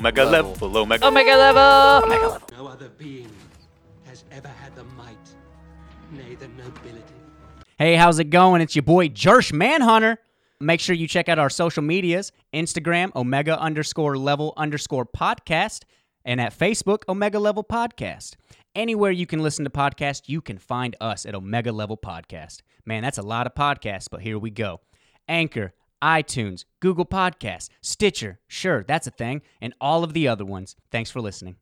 Omega Level. level. Omega. Omega level. Omega level. No other being has ever had the might, nay, the nobility. Hey, how's it going? It's your boy Jersh Manhunter. Make sure you check out our social medias Instagram, Omega underscore level underscore podcast, and at Facebook, Omega Level Podcast. Anywhere you can listen to podcasts, you can find us at Omega Level Podcast. Man, that's a lot of podcasts, but here we go. Anchor, iTunes, Google Podcasts, Stitcher, sure, that's a thing, and all of the other ones. Thanks for listening.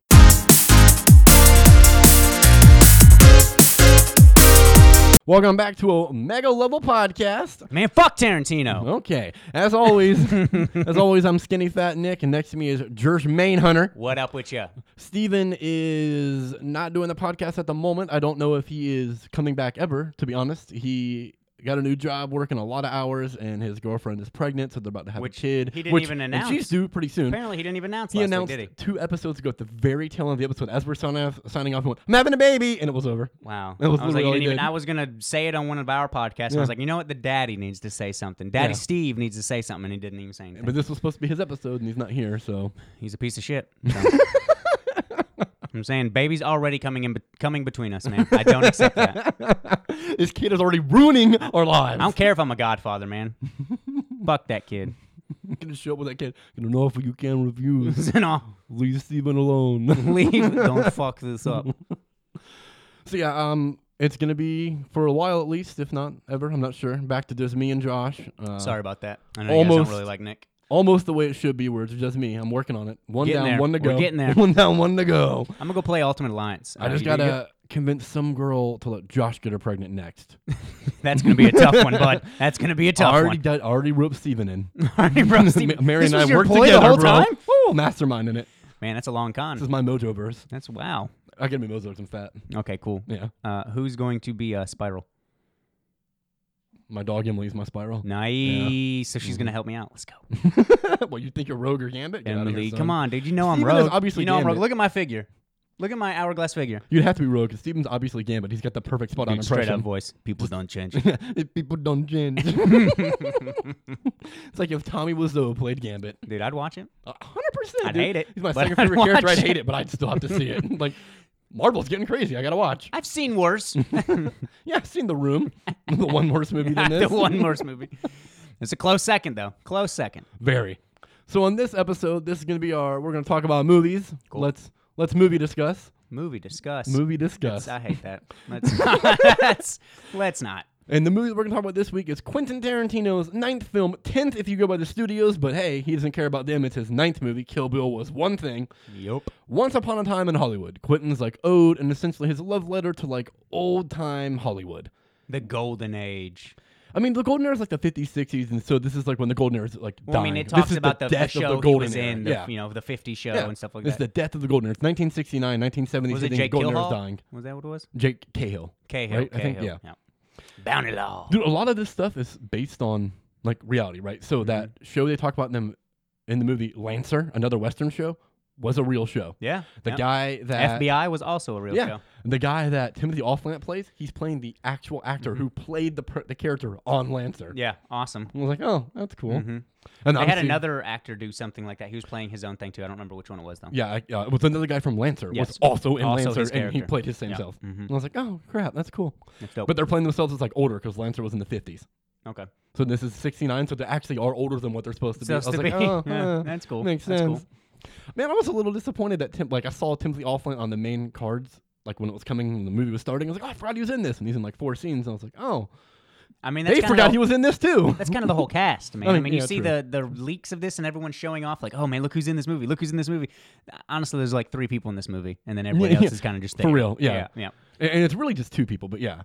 Welcome back to a mega level podcast. Man, fuck Tarantino. Okay, as always, as always, I'm skinny fat Nick, and next to me is Jersh Mainhunter. What up with ya? Steven is not doing the podcast at the moment. I don't know if he is coming back ever. To be honest, he got a new job, working a lot of hours, and his girlfriend is pregnant, so they're about to have Which a kid. he didn't which- even and announce. she's due pretty soon. Apparently, he didn't even announce he last announced week, did he? two episodes ago at the very tail end of the episode as we're signing off, signing off. He went, I'm having a baby, and it was over. Wow. That was I was literally like, you all he didn't even, did. I was gonna say it on one of our podcasts. And I was like, you know what? The daddy needs to say something. Daddy Yeah. Steve needs to say something, and he didn't even say anything. But this was supposed to be his episode, and he's not here, so He's a piece of shit. so. I'm saying, baby's already coming in, coming between us, man. I don't accept that. this kid is already ruining our lives. I don't care if I'm a godfather, man. Fuck that kid. I'm gonna show up with that kid. Gonna know if you can reviews. You know, Leave Steven alone. leave. Don't fuck this up. so yeah, um, it's gonna be for a while at least, if not ever. I'm not sure. Back to just me and Josh. Uh, Sorry about that. I know you guys almost- don't really like Nick. Almost the way it should be, where it's just me. I'm working on it. One Getting down, there. one to We're go. getting there. One down, one to go. I'm gonna go play Ultimate Alliance. I Uh, just you- you- gotta convince some girl to let Josh get her pregnant next. That's gonna be a tough one, bud. That's gonna be a tough already one. did- already roped Steven in. Already, bro. Steve, Ma- Mary this and was I your worked ploy together, the whole bro. time. Woo, masterminding it. Man, that's a long con. This is my mojo verse. That's wow. I gotta be mojo and fat. Okay, cool. Yeah. Uh, who's going to be uh, Spiral? My dog Emily's my spiral. Nice. Mm-hmm. So she's gonna help me out. Let's go, well, you think you're Rogue or Gambit? Get outta here, Emily. son. Come on, dude. You know I'm Steven is rogue. obviously you know I'm rogue. Gambit. Look at my figure. Look at my hourglass figure. You'd have to be Rogue because Steven's obviously Gambit. He's got the perfect spot on Dude, straight up impression. voice. People don't change. if people don't change. it's like if Tommy Wiseau played Gambit. dude, I'd watch it. A hundred percent. I'd dude. hate it, He's my but 2nd I'd favorite character. I'd watch hate it. it, but I'd still have to see it. like Marvel's getting crazy. I gotta watch. I've seen worse. Yeah, I've seen The Room, the one worse movie than the this. one worse movie. It's a close second though. Close second. Very. So on this episode, this is gonna be our. We're gonna talk about movies. Let's let's movie discuss. Movie discuss. Movie discuss. I hate that. Let's let's, let's not. And the movie that we're going to talk about this week is Quentin Tarantino's ninth film, 10th if you go by the studios, but hey, he doesn't care about them. It's his ninth movie. Kill Bill was one thing. Yup. Once Upon a Time in Hollywood. Quentin's like ode and essentially his love letter to like old time Hollywood. The golden age. I mean, the golden era is like the 50s, 60s, and so this is like when the golden era is like Well, I mean, dying. it talks This is about the, the, death show of the golden he was era. in, the, yeah. you know, the 50 show Yeah. and stuff like this that. is the death of the golden era. It's 1969, 1970s. was I it think Jake the golden Gyllenhaal? era is dying. Was that what it was? Jake Cahill. Cahill. Right? I Cahill. think, yeah. Bounty Law. dude a lot of this stuff is based on like reality right so that Mm-hmm. show they talk about in them in the movie lancer another western show was a real show Yeah. the yeah. guy that FBI was also a real yeah show. the guy that timothy offlant plays he's playing the actual actor who played the, per- the character on lancer Mm-hmm. Yeah. Awesome. i was like oh that's cool Mhm. and They had obviously- another actor do something like that. He was playing his own thing too. I don't remember which one it was though. yeah, I- uh, it was another guy from Lancer. Yes. Was also in Also Lancer, his and he character. played his same Yeah. self. Mhm. And I was like, "Oh crap, that's cool." That's dope. But they're playing themselves as like older because Lancer was in the fifties. okay. So this is 69, so they actually are older than what they're supposed to Supposed be. I to was be. like, oh, Yeah, huh, that's cool. Makes That's cool. sense. Man, I was a little disappointed that Tim, like I saw Timothy Offlin on the main cards, like when it was coming, when the movie was starting. I was like, oh, I forgot he was in this, and he's in like four scenes. And I was like, oh, I mean, that's they kinda forgot the- he was in this too. That's kind of the whole cast, man. I I mean, mean, you yeah, see true. the the leaks of this and everyone's showing off like, "Oh man, look who's in this movie. Look who's in this movie." Honestly, there's like 3 people in this movie and then everybody Yeah, else yeah. is kind of just For there. real, yeah. Yeah. yeah. And- and it's really just two people, but yeah.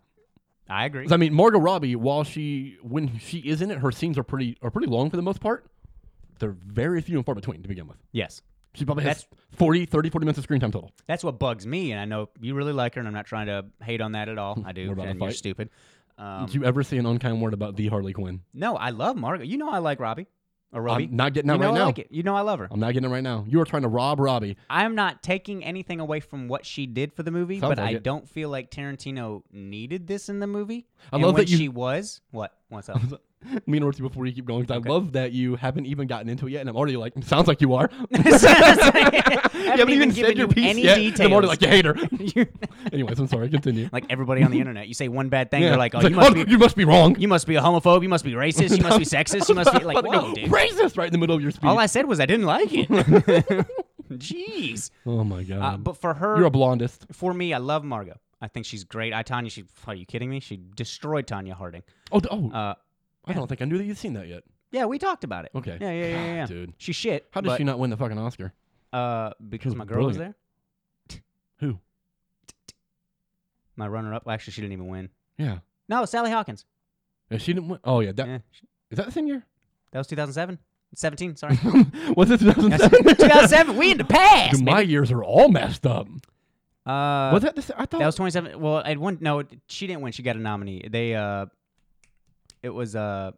I agree. 'Cause, I mean, Margot Robbie, while she when she is in it, her scenes are pretty are pretty long for the most part. They're very few and far between to begin with. yes. She probably has 40, 30, 40 minutes of screen time total. That's what bugs me, and I know you really like her, and I'm not trying to hate on that at all. I do, We're Hmm. about to and you're fight. stupid. Um, Did you ever say an unkind word about the Harley Quinn? no, I love Margot. You know I like Robbie or Robbie. I'm not getting out you know right I now. like it. You know I love her. I'm not getting it right now. You are trying to rob Robbie. I'm not taking anything away from what she did for the movie, Sounds but like I it. don't feel like Tarantino needed this in the movie. I and love when that you- she was what? What's up? Me and Ortiz before you keep going, 'cause I love that you haven't even gotten into it yet, and I'm already like, sounds like you are. It's like, haven't even given said your you piece any yet. details. The more like you hater. You're- Anyways, I'm sorry. Continue. like everybody on the internet, you say one bad thing, Yeah. they're like, "Oh, It's you must oh, be, you must be wrong. you must be a homophobe, you must be racist, you must be sexist, you must be like, But no, whoa, dude." racist right in the middle of your speech. All I said was I didn't like it. Jeez. oh my Uh, god. but for her, You're a blondist. for me, I love Margot. I think she's great. I Tanya, she are you kidding me? She destroyed Tanya Harding. Oh, d- oh Uh, I don't think I knew that you'd seen that yet. yeah, we talked about it. Okay. Yeah, yeah, yeah, yeah, yeah. God, dude. She shit. Oh. How did but, she not win the fucking Oscar? Uh, because was my girl was there. brilliant. Who? My runner-up. Well, actually, she didn't even win. Yeah. No, Sally Hawkins. If she didn't win. Oh yeah. That is Yeah, that the same year? that was 2007. 17, sorry. was it 2007? 2007. We in the past. Dude, my baby. years are all messed up. uh, was that the? sa- I thought That was 27. Well, I won. No, it- she didn't win. She got a nominee. They, uh, it was, uh,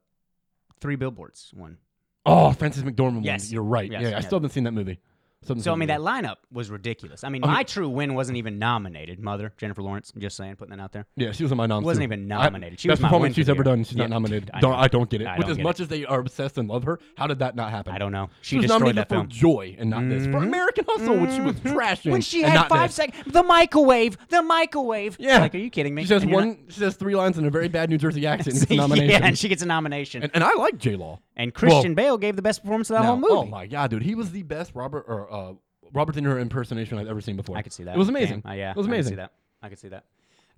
three billboards one. Oh, Francis McDormand. Yes. Won. You're right. Yes, yeah, I yes. still haven't seen that movie. Still haven't So, I seen mean, the that lineup was ridiculous. I mean, Okay. my true win wasn't even nominated. Mother, Jennifer Lawrence, I'm just saying, putting that out there. movie. yeah, she was on my nom. wasn't too. even I- nominated. She best was my win performance for she's the ever year. done. She's Yeah, not nominated. dude, I don't, don't- I don't get it. I With don't as get much as they are obsessed and love her, how did that not happen? I don't know. She She, was destroyed nominated that for film. Mm-hmm. Joy and not this. For American Hustle, which she was trashing. When she and had not five this. seconds, the microwave, the microwave. Yeah. Like, are you kidding me? She says And you're one. She says three lines in a very bad New Jersey accent. and not- gets a nomination. yeah, and she gets a nomination. and, And, and I like J Law. Christian Bale gave the best performance of that whole movie. Oh my god, dude, he was the best Robert or uh, Robert De Niro impersonation I've ever seen before. I could see that. It was amazing. Damn. Uh, yeah, it was I could see amazing. that. Uh, I could see that.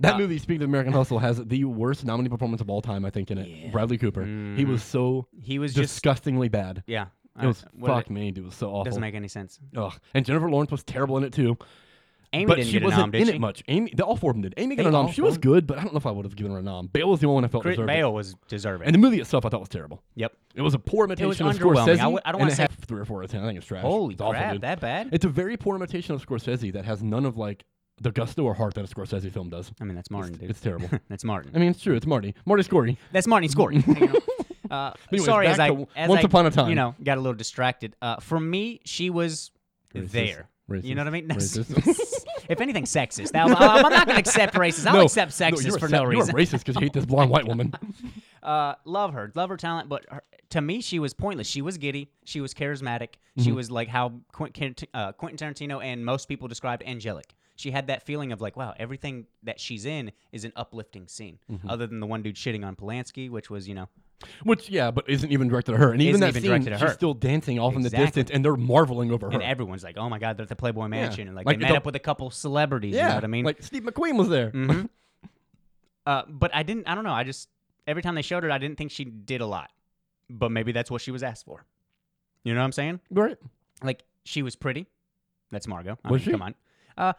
That movie, speaking of American Hustle, has the worst nominee performance of all time, I think, in it. Bradley Cooper. He was so He was just disgustingly bad. yeah. I- It was what did fuck me, dude. It was so awful. Doesn't make any sense. Ugh. And Jennifer Lawrence was terrible in it too. Amy but didn't she get a wasn't nom, did in she? it much. Amy, the, all four of them did. Amy got They a nom. all She was four? good, but I don't know if I would have given her a nom. Bale was the only one I felt Chris deserved. it. Bale was deserving. And the movie itself, I thought was terrible. yep. It was a poor imitation of underwhelming. I Scorsese. would- I and don't wanna it say- had three or four out of ten. I think it's trash. Holy it's Oh, awful, crap! dude. that bad? It's a very poor imitation of Scorsese that has none of like the gusto or heart that a Scorsese film does. I mean, that's Martin, dude. It's terrible. that's Martin. I mean, it's true. It's Marty. Marty Scory. That's Martin Scory. you know. Uh, Anyways, sorry, as back I to as Once I, Upon a Time. you know, got a little distracted. Uh, for me, she was Racist. there. You know what I mean? No, Racist. if anything, sexist. Now, I'm, I'm not going to accept racist. I'll No, accept no, sexist you're a for se- no reason. You're a racist because you hate this blonde white woman. Uh, love her, love her talent, but her, to me, she was pointless. She was giddy. She was charismatic. Mm-hmm. She was like how Quentin, uh, Quentin Tarantino and most people described angelic. She had that feeling of like, wow, everything that she's in is an uplifting scene, Mm-hmm. other than the one dude shitting on Polanski, which was you know, Which, yeah, but isn't even directed at her. And even Isn't that even scene, directed at she's her. still dancing off in the Exactly. distance, and they're marveling over her. and everyone's like, oh my god, they're at the Playboy Mansion, and like, Like, they met the- up with a couple celebrities. yeah, you know what I mean? Like Steve McQueen was there. Mhm. uh, but I didn't. I don't know. I just every time they showed her, I didn't think she did a lot. But maybe that's what she was asked for. You know what I'm saying? Right? Like she was pretty. That's Margot. I Was mean, she? Come on. Uh,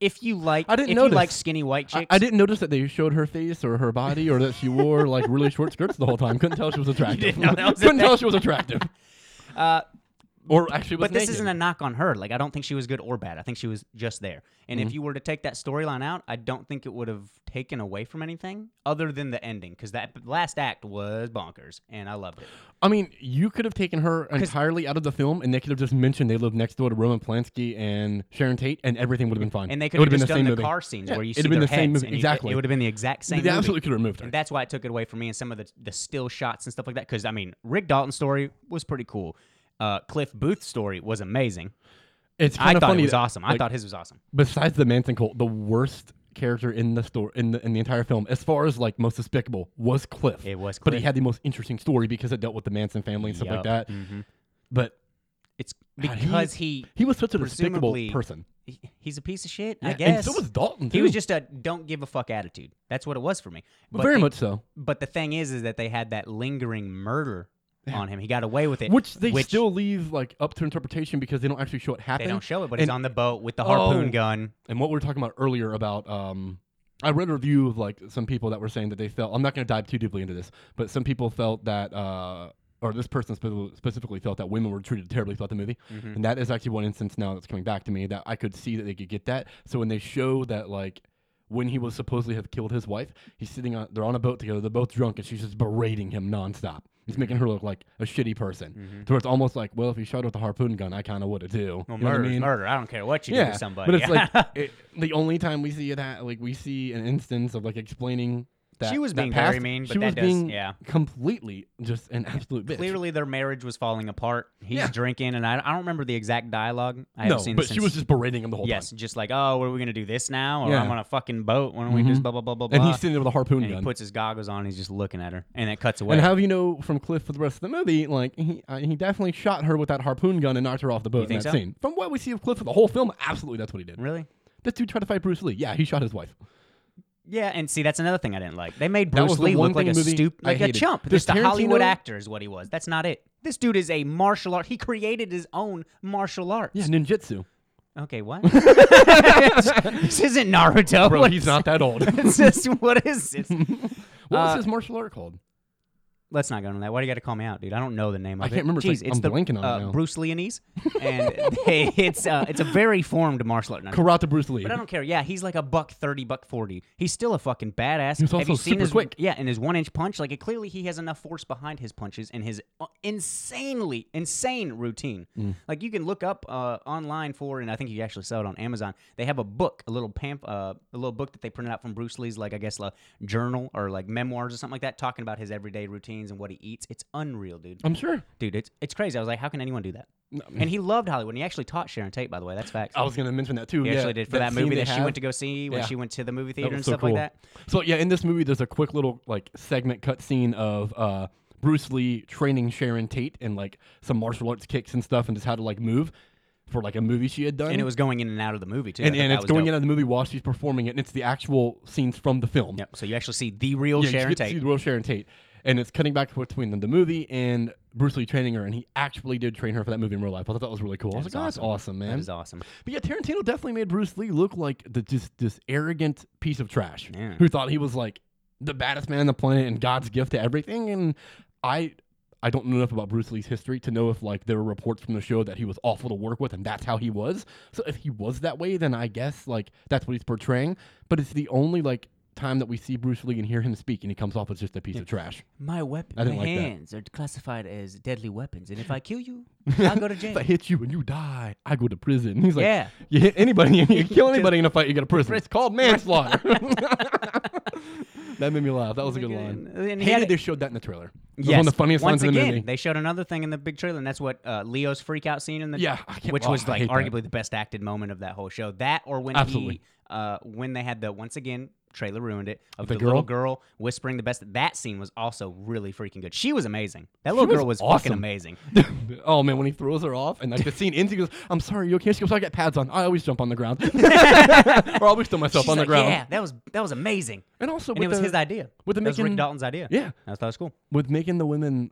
if you like, I didn't if you notice. like skinny white I, chicks, I didn't notice that they showed her face or her body or that she wore like really short skirts the whole time. Couldn't tell she was attractive. didn't know that was a Couldn't tell thing. she was attractive. Uh, Or actually, was but this naked. isn't a knock on her. Like I don't think she was good or bad. I think she was just there. And Mm-hmm. if you were to take that storyline out, I don't think it would have taken away from anything other than the ending because that last act was bonkers, and I loved it. I mean, you could have taken her entirely out of the film, and they could have just mentioned they lived next door to Roman Polanski and Sharon Tate, and everything would have been fine. And they It could have would just been done same the movie. car scenes Yeah, where you see it'd have been their the same heads movie. and you- Exactly. it would have been the exact same. they movie. absolutely could have removed her. And that's why it took it away from me and some of the, the still shots and stuff like that. Because I mean, Rick Dalton's story was pretty cool. Uh, Cliff Booth's story was amazing. It's I kind of thought funny. it was that, awesome. I like, thought his was awesome. besides the Manson cult, the worst character in the story in the in the entire film, as far as like most despicable, was Cliff. It was but he Cliff. had the most interesting story because it dealt with the Manson family and stuff Yup. Mm-hmm. like that. But It's God, because he, he was such a despicable Presumably- person. he he's a piece of shit. I Yeah, guess and so was Dalton. Too. he was just a don't give a fuck attitude. That's what it was for me. But very the, much so. But the thing is, is that they had that lingering murder on him. He got away with it, Which they still leave like up to interpretation because they don't actually show it they happening. don't show it. But he's and- on the boat with the Oh. harpoon gun. and what we were talking about earlier about um I read a review of like some people that were saying that they felt I'm not going to dive too deeply into this, but some people felt that uh or this person spe- specifically felt that women were treated terribly throughout the movie, Mm-hmm. and that is actually one instance now that's coming back to me that I could see that they could get that. So when they show that like when he was supposedly have killed his wife, he's sitting on they're on a boat together, they're both drunk, and she's just berating him nonstop. It's making her look like a shitty person. So it's almost like, well, if he shot her with a harpoon gun, I kind of would have too. Mm-hmm. Well, You know what I murder, is mean? murder. I don't care what you do to somebody. But it's like it, the only time we see that, like we see an instance of like explaining that She was that being passed, very mean, but she that was does- being yeah. completely just an absolute bitch. Clearly, their marriage was falling apart. He's Yeah. drinking, and I, I don't remember the exact dialogue. I no, haven't seen it but since. she was just berating him the whole yes, time. just like, oh, what are we gonna do this now? Or Yeah. Mm-hmm. I'm on a fucking boat. Why don't we just blah blah blah blah blah? And he's sitting there with a harpoon and he gun. puts his goggles on. He's just looking at her, and it cuts away. and how do you know from Cliff for the rest of the movie? Like he, uh, he definitely shot her with that harpoon gun and knocked her off the boat in think that so? scene. From what we see of Cliff for the whole film, absolutely that's what he did. really? This dude tried to fight Bruce Lee. Yeah, he shot his wife. Yeah, and see, that's another thing I didn't like. They made That was Bruce the Lee one look like thing a movie stoop, I like a hated. chump. This Just a Hollywood Tarantino- actor is what he was. That's not it. This dude is a martial art. He created his own martial arts. Yeah, ninjutsu. Okay, what? this isn't Naruto. Bro, What he's is- not that old. what It's just what is this? was Uh, his martial art called? Let's not go into that. Why do you got to call me out, dude? I don't know the name of I it. can't remember. It's Jeez, like- I'm the blanking on it uh, now. Bruce Leonese, and they, it's uh, it's a very formed martial art. Correct. Karate Bruce Lee. But I don't care. Yeah, he's like a buck thirty, buck forty. He's still a fucking badass. He's Have also you seen super his, quick. Yeah, and his one inch punch, like it, clearly he has enough force behind his punches and his uh, insanely insane routine. Mm. Like you can look up uh, online for, and I think you actually sell it on Amazon. They have a book, a little pamp, uh, a little book that they printed out from Bruce Lee's, like I guess, like, journal or like memoirs or something like that, talking about his everyday routines and what he eats. It's unreal, dude. I'm sure. Dude, it's it's crazy. I was like, how can anyone do that? And he loved Hollywood. And he actually taught Sharon Tate, by the way. That's facts. I was gonna mention that too. He yeah, actually did for that, scene movie they that she have. went to go see when Yeah. she went to the movie That theater and was so stuff cool. like that. So yeah, in this movie, there's a quick little like segment cut scene of uh, Bruce Lee training Sharon Tate and like some martial arts kicks and stuff, and just how to like move for like a movie she had done. And it was going in and out of the movie too. I and, thought and that it's was going dope. in on the movie while she's performing it, and it's the actual scenes from the film. Yep. So you actually see the real Yeah, Sharon you get to see Tate. the real Sharon Tate, and it's cutting back between the- the movie and Bruce Lee training her, and he actually did train her for that movie in real life. I thought that was really cool. I was is like, oh, that's awesome, man. That is awesome. But yeah, Tarantino definitely made Bruce Lee look like the just this arrogant piece of trash Yeah. who thought he was like the baddest man on the planet and God's gift to everything. And I I don't know enough about Bruce Lee's history to know if like there were reports from the show that he was awful to work with and that's how he was. So if he was that way, then I guess like that's what he's portraying. But it's the only like time that we see Bruce Lee and hear him speak and he comes off as just a piece of trash. My weapon, I didn't my like that. hands are classified as deadly weapons, and if I kill you, I'll go to If I hit you and you die, I go to prison. He's like, Yeah. you hit anybody, you kill anybody in a fight, you go to prison. It's called manslaughter. that made me laugh. That was a good line. Oh And he had Hated it- they showed that in the trailer. It was Yes. one of the funniest Once lines in the again, movie. They showed another thing in the big trailer, and that's what uh, Leo's freak out scene in the Yeah, I can't- which oh, was I like hate that. arguably the best acted moment of that whole show. That or when Absolutely. he uh, when they had the once again trailer ruined it of The the, little girl girl? whispering the best. That scene was also really freaking good. She was amazing. That little was girl was awesome. fucking amazing. oh man, when he throws her off and like the scene ends, he goes, "I'm sorry, you okay?" She goes, "I got pads on. I always jump on the ground, or I always throw myself She's on the like, ground." Yeah, that was that was amazing. And also, And with it was the, his idea. with the that was Rick making- Dalton's idea. Yeah, I thought it was cool. with making the women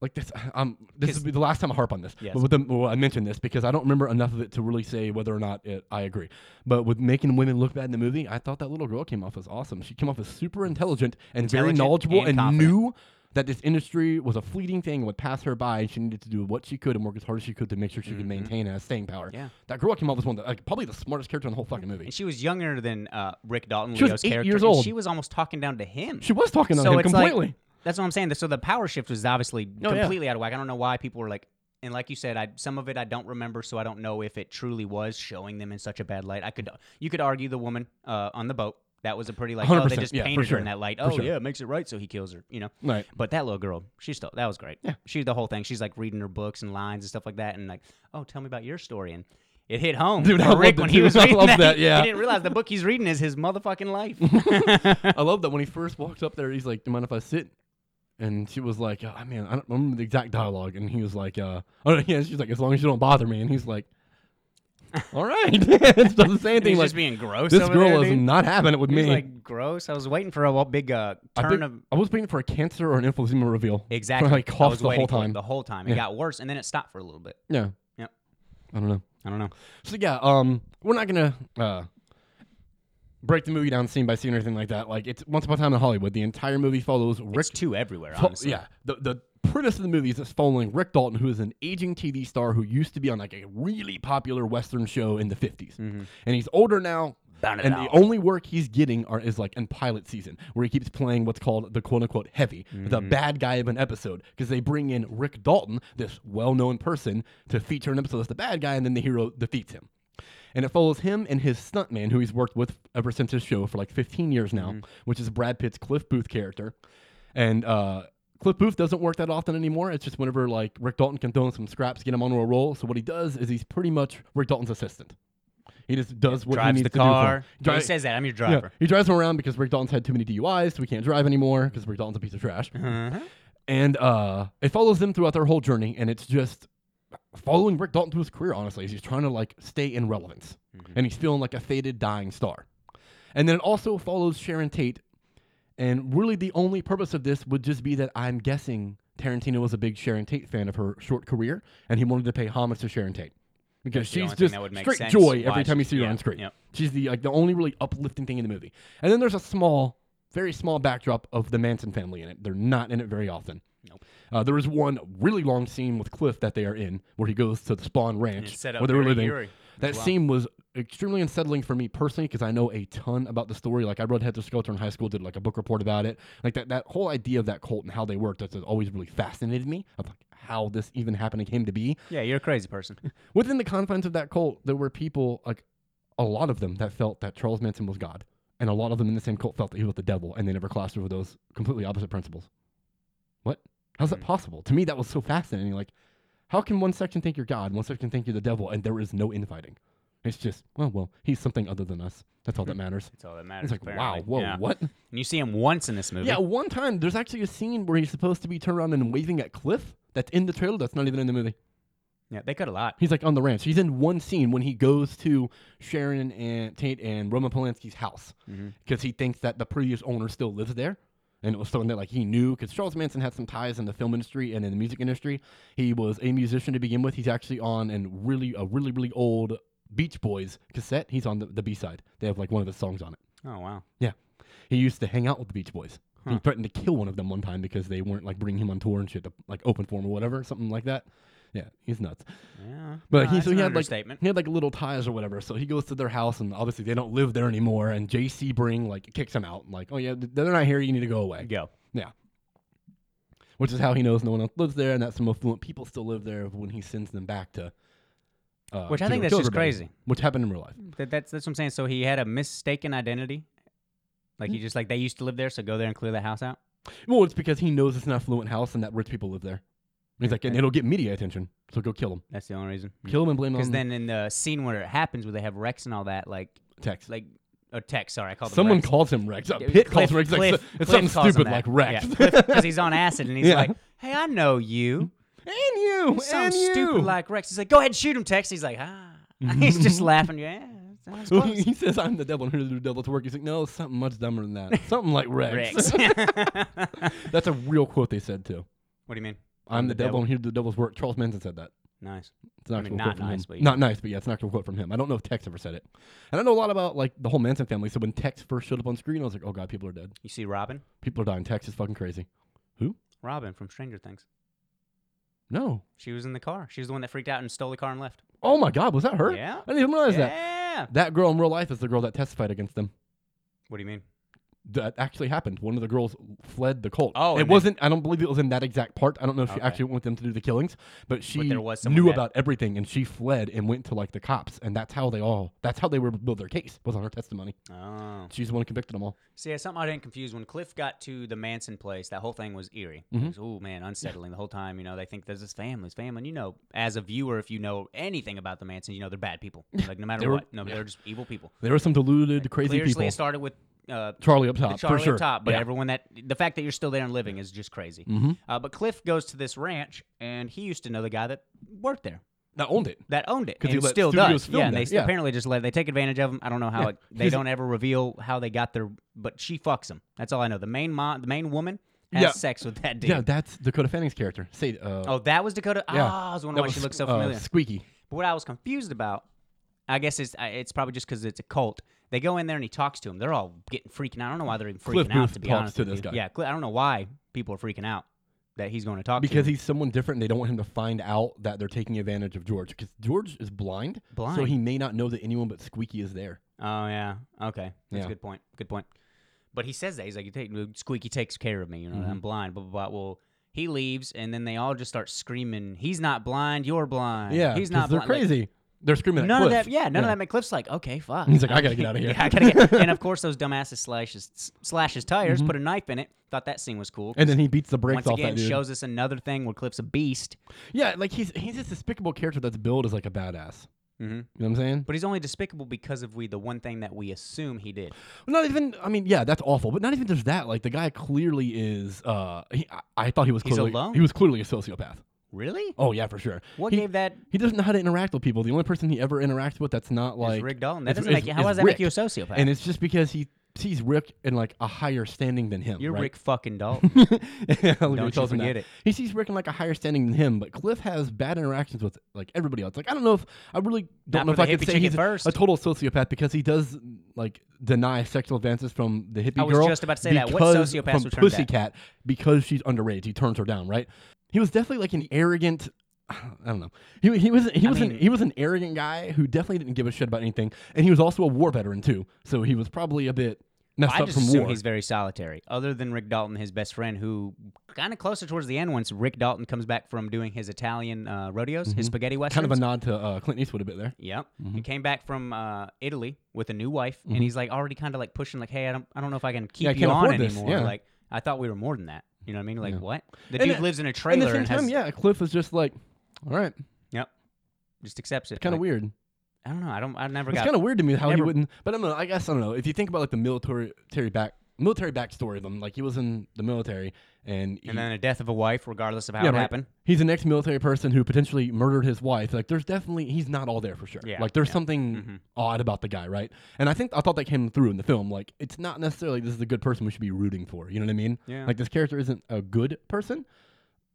like this um this His- would be the last time I harp on this. Yes. But with the, well, I mentioned this because I don't remember enough of it to really say whether or not it, I agree. But with making women look bad in the movie, I thought that little girl came off as awesome. She came off as super intelligent and Intelligent very knowledgeable and and, confident. knew that this industry was a fleeting thing and would pass her by and she needed to do what she could and work as hard as she could to make sure she could maintain a staying power. Mm-hmm. Yeah. That girl came off as one of the, like, probably the smartest character in the whole fucking movie. And she was younger than uh, Rick Dalton, She was Leo's eight character. years and old. she was almost talking down to him. She was talking on so him it's completely. Oh, Like, that's what I'm saying. So the power shift was obviously yeah. completely out of whack. I don't know why people were like, and like you said, I some of it I don't remember, so I don't know if it truly was showing them in such a bad light. I could you could argue the woman uh, on the boat. That was a pretty like oh they 100%, just yeah, for painted her in sure, that light. for Oh sure. yeah, it makes it right, so he kills her. You know, Right. But that little girl, she still that was great. Yeah, she the whole thing. She's like reading her books and lines and stuff like that, and like, oh, tell me about your story. And it hit home. Dude, for I loved Rick it, when he too. was I reading loved that, that, yeah. he didn't realize the book he's reading is his motherfucking life. I love that when he first walks up there, he's like, "Do you mind if I sit?" And she was like, "Uh, "I mean, I don't remember the exact dialogue." And he was like, uh, "Oh yeah." She's like, "As long as you don't bother me." And he's like, "All right." it doesn't say And he's anything like just being gross. this over girl there, is dude. not having it with He's me. like gross. I was waiting for a wa- big uh, I, turn think- of I was waiting for a cancer or an emphysema reveal. exactly. I I coughed was the waiting whole for it time. The whole time. It Yeah. got worse, and then it stopped for a little bit. yeah. Yep. I don't know. I don't know. So yeah, um, we're not gonna uh, break the movie down scene by scene or anything like that. Like it's Once Upon a Time in Hollywood. The entire movie follows Rick It's two everywhere. Fo- Honestly. yeah, the the premise of the movie is it's following Rick Dalton, who is an aging TV star who used to be on like a really popular Western show in the 50s and he's older now. Bound Mm-hmm. it and out. the only work he's getting are, is like in pilot season, where he keeps playing what's called the quote unquote heavy, the Mm-hmm. bad guy of an episode, because they bring in Rick Dalton, this well known person, to feature an episode as the bad guy, and then the hero defeats him. And it follows him and his stuntman, who he's worked with ever since his show for like 15 years now, Mm-hmm. which is Brad Pitt's Cliff Booth character. And uh, Cliff Booth doesn't work that often anymore. It's just whenever like Rick Dalton can throw in some scraps, get him onto a roll. So what he does is he's pretty much Rick Dalton's assistant. He just does what he drives needs the to do for him. car. Dri- he says that I'm your yeah, driver. he drives him around because Rick Dalton's had too many DUIs, so he can't drive anymore because Rick Dalton's a piece of trash. Uh-huh. And uh, it follows them throughout their whole journey, and it's just following Rick Dalton through his career. Honestly, he's trying to like stay in relevance, Mm-hmm. and he's feeling like a faded, dying star. And then it also follows Sharon Tate, and really the only purpose of this would just be that I'm guessing Tarantino was a big Sharon Tate fan of her short career, and he wanted to pay homage to Sharon Tate because That's the she's only thing just that would make straight sense. joy every Why time she- you see her yeah, on screen. yep. She's the like the only really uplifting thing in the movie. And then there's a small, very small backdrop of the Manson family in it. They're not in it very often. Nope. Uh, there is one really long scene with Cliff that they are in, where he goes to the Spawn Ranch, it's set up where they were very living. eerie That as well. scene was extremely unsettling for me personally because I know a ton about the story. Like I read Heather Skelter in high school, did like a book report about it. Like that that whole idea of that cult and how they worked that's always really fascinated me. Of like how this even happened and came to be Yeah, you're a crazy person. within the confines of that cult, there were people like a lot of them that felt that Charles Manson was God, and a lot of them in the same cult felt that he was the devil, and they never clashed over those completely opposite principles. What? How's that possible? To me, that was so fascinating. Like, how can one section think you're God, one section think you're the devil, and there is no infighting? It's just, well, well, he's something other than us. That's all that matters. That's all that matters. It's like, wow, apparently. whoa, Yeah. what? And you see him once in this movie. Yeah, one time there's actually a scene where he's supposed to be turned around and waving at Cliff. That's in the trailer. That's not even in the movie. yeah they cut a lot. He's like on the ranch. He's in one scene when he goes to Sharon and Tate and Roman Polanski's house because he thinks that the previous owner still lives there. And it was something that like he knew because Charles Manson had some ties in the film industry and in the music industry. He was a musician to begin with. He's actually on and really a really really old Beach Boys cassette. He's on the, the B side. They have like one of his songs on it. Oh wow. Yeah. He used to hang out with the Beach Boys. He threatened to kill one of them one time because they weren't like bringing him on tour and shit, to, like open for him or whatever, something like that. Yeah, he's nuts. Yeah. But No, he that's so he an had like understatement. he had like little ties or whatever. So he goes to their house and obviously they don't live there anymore. And J.C. Bring like kicks him out and like, oh yeah, th- they're not here. You need to go away. Go. Yeah. Which is how he knows no one else lives there and that some affluent people still live there when he sends them back to. Uh, Which I to think go that's kill just everybody, crazy. Which happened in real life. That, that's that's what I'm saying. So he had a mistaken identity. Like Hmm. he just like they used to live there, so go there and clear the house out. Well, it's because he knows it's an affluent house and that rich people live there. And he's like, and it'll get media attention, so go kill him. That's the only reason. Kill him and blame him Because on then in the scene where it happens, where they have Rex and all that, like Tex. like or Tex, sorry, I called them Someone Rex. calls him Rex. Uh, Yeah, Pitt calls Cliff- him Rex. It's like, Cliff- so- Cliff it's something calls him stupid that. like Rex. Yeah, because he's on acid and he's Yeah. like, "Hey, I know you." And you, Mm-hmm. Sounds stupid like Rex. He's like, "Go ahead, and shoot him, Tex." He's like, "Ah," he's just laughing. Yeah, sounds close. he says, "I'm the devil, and here to do the devil's work." He's like, "No, something much dumber than that. Something like Rex." Rex. what That's a real quote they said too. do you mean? "I'm, the, devil, and here to do the devil's work." Charles Manson said that. Nice. It's an I mean, actual not quote from nice, him. but- not nice, but yeah, it's an actual quote from him. I don't know if Tex ever said it, and I know a lot about like the whole Manson family. So when Tex first showed up on screen, I was like, "Oh God, people are dead. You see Robin? People are dying. Tex is fucking crazy." Who? Robin from Stranger Things. No. She was in the car. She was the one that freaked out and stole the car and left. Oh my God, was that her? Yeah. I didn't even realize that. Yeah. That girl in real life is the girl that testified against them. What do you mean? that actually happened. One of the girls fled the cult. Oh, it and they- wasn't. I don't believe it was in that exact part. I don't know if she Okay. actually went with them to do the killings, but she there was someone knew that- about everything, and she fled and went to like the cops, and that's how they all. That's how they were build their case was on her testimony. Oh. She's the one who convicted them all. See, that's something I didn't confuse. When Cliff got to the Manson place, that whole thing was eerie. Mm-hmm. It was, oh, man, unsettling the whole time. You know, they think there's this family, this family. And you know, as a viewer, if you know anything about the Mansons, you know they're bad people. Like, no matter were- what. No, they're just evil people. There were some deluded, crazy Clearly, people. it started with uh, Charlie up the top, Charlie for sure. up top, but Yeah. Mm. Mm-hmm. everyone that the fact that you're still there and living is just crazy. Uh, but Cliff goes to this ranch, and he used to know the guy that worked there. that owned it. that owned it 'Cause and he let still studios does. film Yeah, and that, they s- yeah. apparently just let they take advantage of him. I don't know how it, they he's- don't ever reveal how they got their, but she fucks him. That's all I know. The main mom, the main woman has Yeah. sex with that dude. Yeah, that's Dakota Fanning's character. Say, uh, oh, that was Dakota. yeah. Ah, I was that wondering why she was, looks so uh, familiar. Squeaky. but what I was confused about, I guess it's I- it's probably just because it's a cult. They go in there and he talks to him. They're all getting freaking out. I don't know why they're even freaking Cliff out. Booth To be talks honest, to with this you. guy. Yeah, Cl- I don't know why people are freaking out that he's going to talk Because to him. he's someone different, and they don't want him to find out that they're taking advantage of George. Because George is blind, so Blind. he may not know that anyone but Squeaky is there. Oh yeah. Okay. That's Yeah. a good point. Good point. But he says that he's like, "You take Squeaky takes care of me. You know, Mm-hmm. I'm blind." Blah blah blah. Well, he leaves, and then they all just start screaming, "He's not blind. You're blind. Yeah, He's 'cause not They're blind." Like, crazy. They're screaming at None Cliff. of that, yeah. None of that. McCliff's like, okay, fuck. He's like, "I gotta get outta here." yeah, I gotta get. and of course, those dumbasses slashes slashes tires, put a knife in it. Thought that scene was cool. And then he beats the brakes once Mm-hmm. off again, that dude. shows us another thing where Cliff's a beast, yeah, like he's he's this despicable character that's billed as like a badass. Mhm. You know what I'm saying? but he's only despicable because of we the one thing that we assume he did. Well, not even. I mean, yeah, that's awful. But not even just that. Like the guy clearly is. Uh, he, I, I thought he was. He's Clearly, alone? He was clearly a sociopath. Really? Oh yeah, for sure. What he, gave that He doesn't know how to interact with people. The only person he ever interacts with that's not is like Rick Dalton? That is- doesn't make is- you. How is does that make Rick. you a sociopath? And it's just because he sees Rick in like a higher standing than him. You're right? Rick fucking Dalton. Look at what you he tells him forget that. it. He sees Rick in like a higher standing than him, but Cliff has bad interactions with like everybody else. Like I don't know if I really don't Not know for if the I could hippie say chicken he's a- first. a total sociopath because he does like deny sexual advances from the hippie I was girl. just about to say that. What because- sociopaths from would turn that? Pussycat because she's underage. He turns her down, right? He was definitely like an arrogant. I don't know. He, he was he was mean- an, he was an arrogant guy who definitely didn't give a shit about anything, and he was also a war veteran too. So he was probably a bit messed I up just from assume war. he's very solitary, other than Rick Dalton, his best friend, who kind of closer towards the end once Rick Dalton comes back from doing his Italian uh, rodeos, his spaghetti westerns. Mm-hmm. Kind of a Mm-hmm. nod to uh, Clint Eastwood a bit there. Yep. He came back from uh, Italy with a new wife, and he's like already kind of like pushing, like, "Hey, I don't, I don't know if I can Mm-hmm. Yeah, keep I you can't on afford this, anymore." yeah. Like, I thought we were more than that. You know what I mean? Like, what? The And dude at- lives in a And trailer at the same and time, has, yeah, Cliff was just like, all right, yep, just accepts it. kind of Like, weird. I don't know. I don't. I never It's got. kind of weird to me how he Never- wouldn't. But I don't know. I guess I don't know. If you think about like the military terry back military backstory of him, like he was in the military and he, and then the death of a wife, regardless of how yeah, it right. happened. He's an ex-military person who potentially murdered his wife. Like, there's definitely he's not all there for sure. Yeah, Mm-hmm. like, there's something odd about the guy, right? And I think I thought that came through in the film. Like, it's not necessarily this is a good person we should be rooting for. You know what I mean? Yeah. Like, this character isn't a good person,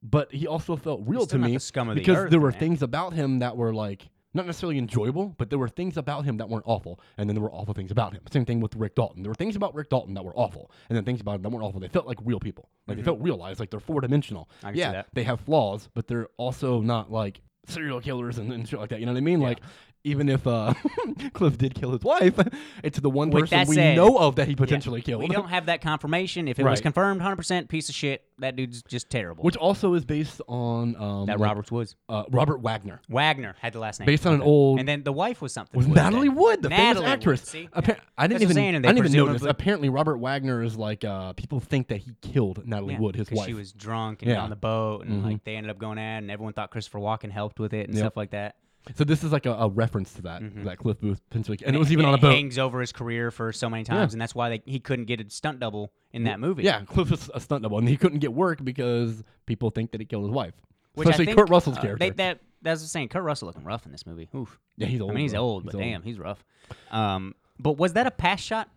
but he also felt real still to not me the scum of the because earth, there were man. things about him that were like not necessarily enjoyable, but there were things about him that weren't awful, and then there were awful things about him. Same thing with Rick Dalton. There were things about Rick Dalton that were awful, and then things about him that weren't awful. They felt like real people. Like they felt realized. Like they're four dimensional. Mm-hmm. I can see yeah, that. they have flaws, but they're also not like serial killers and, and shit like that. You know what I mean? Like even if uh, Cliff did kill his wife, it's the one With person that we said- know of that he Yeah. potentially killed. We don't have that confirmation. If it was Right. confirmed, hundred percent, piece of shit. That dude's just terrible. Which also is based on um, that like, Roberts Woods. uh, Robert Wagner, Wagner had the last name. based on an old and then the wife was something. was Wood Natalie then. Wood, the Natalie famous actress. Wood, see? Appa- I didn't That's what I'm even saying, and they I didn't even notice. presumably- Apparently, Robert Wagner is like uh, people think that he killed Natalie Yeah, Wood, his 'cause wife. She was drunk and Yeah. Mm-hmm. on the boat, and like they ended up going at, it, and everyone thought Christopher Walken helped with it and Yep. stuff like that. so this is like a, a reference to that Mm-hmm. that Cliff Booth potentially, and it was even And on a boat. Hangs over his career for so many times, and that's why they, he couldn't get a stunt double in that movie. Yeah, Cliff was a stunt double, and he couldn't get work because people think that he killed his wife, Which I especially think, Kurt Russell's uh, character. They, that that's the saying. Kurt Russell looking rough in this movie. Oof. yeah, he's old. I mean, he's bro. old, but damn, he's rough. Um, but was that a pass shot,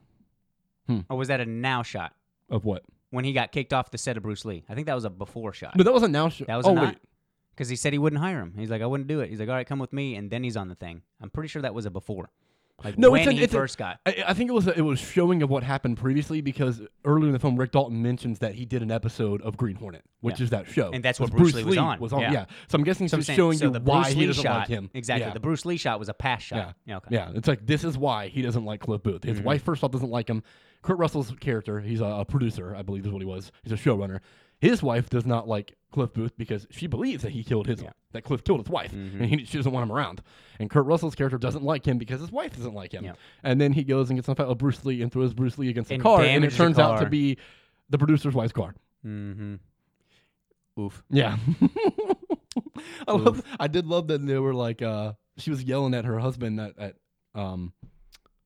Hmm. or was that a now shot Of what? when he got kicked off the set of Bruce Lee? I think that was a before shot. But that wasn't now. Sh- That was oh a wait, not because he said he wouldn't hire him. He's like, I wouldn't do it. He's like, all right, come with me, and then he's on the thing. I'm pretty sure that was a before, like No, when it's an- he it's a- first got. I, I think it was a, it was showing of what happened previously because earlier in the film, Rick Dalton mentions that he did an episode of Green Hornet, which Yeah. is that show, And that's It was what Bruce Lee was on. Yeah. Yeah. so I'm guessing So I'm it's saying- showing so you the why Bruce he Lee doesn't shot, like him. Exactly, Yeah. the Bruce Lee shot was a pass shot. yeah. okay. Mm-hmm. Yeah. It's like this is why he doesn't like Cliff Booth. His wife first off doesn't like him. Kurt Russell's character, he's a, a producer, I believe is what he was. He's a showrunner. His wife does not like Cliff Booth because she believes that he killed his that Cliff killed his wife, Mm-hmm. and he, she doesn't want him around. And Kurt Russell's character doesn't like him because his wife doesn't like him. Yeah. And then he goes and gets in a fight with Bruce Lee and throws Bruce Lee against the And car, and it damages the turns out car. to be the producer's wife's car. Mm-hmm. Oof. Yeah. I, love, I did love that they were like, uh, she was yelling at her husband at, at um,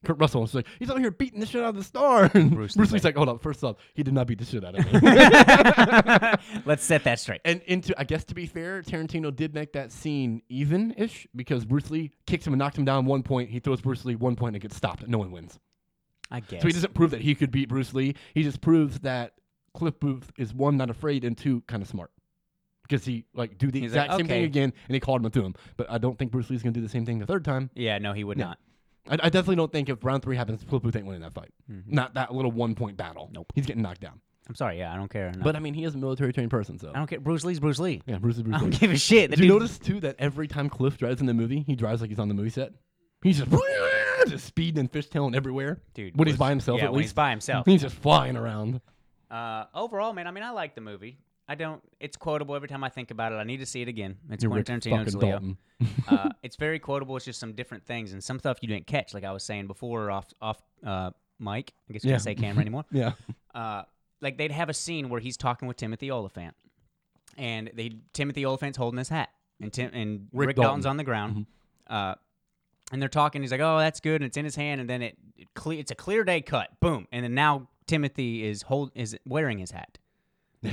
Kurt Russell. And she's like, he's out here beating the shit out of the star. And Bruce Bruce, Lee's Lee's like, like- hold up, first off, he did not beat the shit out of me. Let's set that straight. and into, I guess to be fair, Tarantino did make that scene even ish because Bruce Lee kicks him and knocks him down one point. He throws Bruce Lee one point and it gets stopped. No one wins. I guess. So he doesn't prove that he could beat Bruce Lee. He just proves that Cliff Booth is one, not afraid, and two, kind of smart. Because he like do the He's like, exact same "Okay." thing again, and he called him to him. But I don't think Bruce Lee's gonna do the same thing the third time. yeah, no, he would not. I, I definitely don't think if round three happens, Cliff Booth ain't winning that fight. Not that little one point battle. Mm-hmm. Nope. he's getting knocked down. I'm sorry. Yeah, I don't care. No. But I mean, he is a military trained person, so I don't care. Bruce Lee's Bruce Lee. yeah, Bruce is Bruce. I Lee. don't give a shit. The Do you dude- notice too that every time Cliff drives in the movie, he drives like he's on the movie set. He's just, just speeding and fishtailing everywhere. Dude, when he's was- by himself, yeah, at when least he's by himself. he's just flying around. Uh, overall, man, I mean, I like the movie. I don't. It's quotable every time I think about it. I need to see it again. It's You're Rick Quentin fucking Tarantino's Leo. Dalton. uh, it's very quotable. It's just some different things and some stuff you didn't catch, like I was saying before, off off uh, mic. I guess you Yeah. can't say camera anymore. Yeah. Uh, like they'd have a scene where he's talking with Timothy Oliphant, and they Timothy Oliphant's holding his hat, and Tim and Rick, Rick Dalton. Dalton's Mm-hmm. on the ground, uh, and they're talking. He's like, "Oh, that's good," and it's in his hand, and then it, it cle- it's a clear day cut, boom, and then now Timothy is hold is wearing his hat. And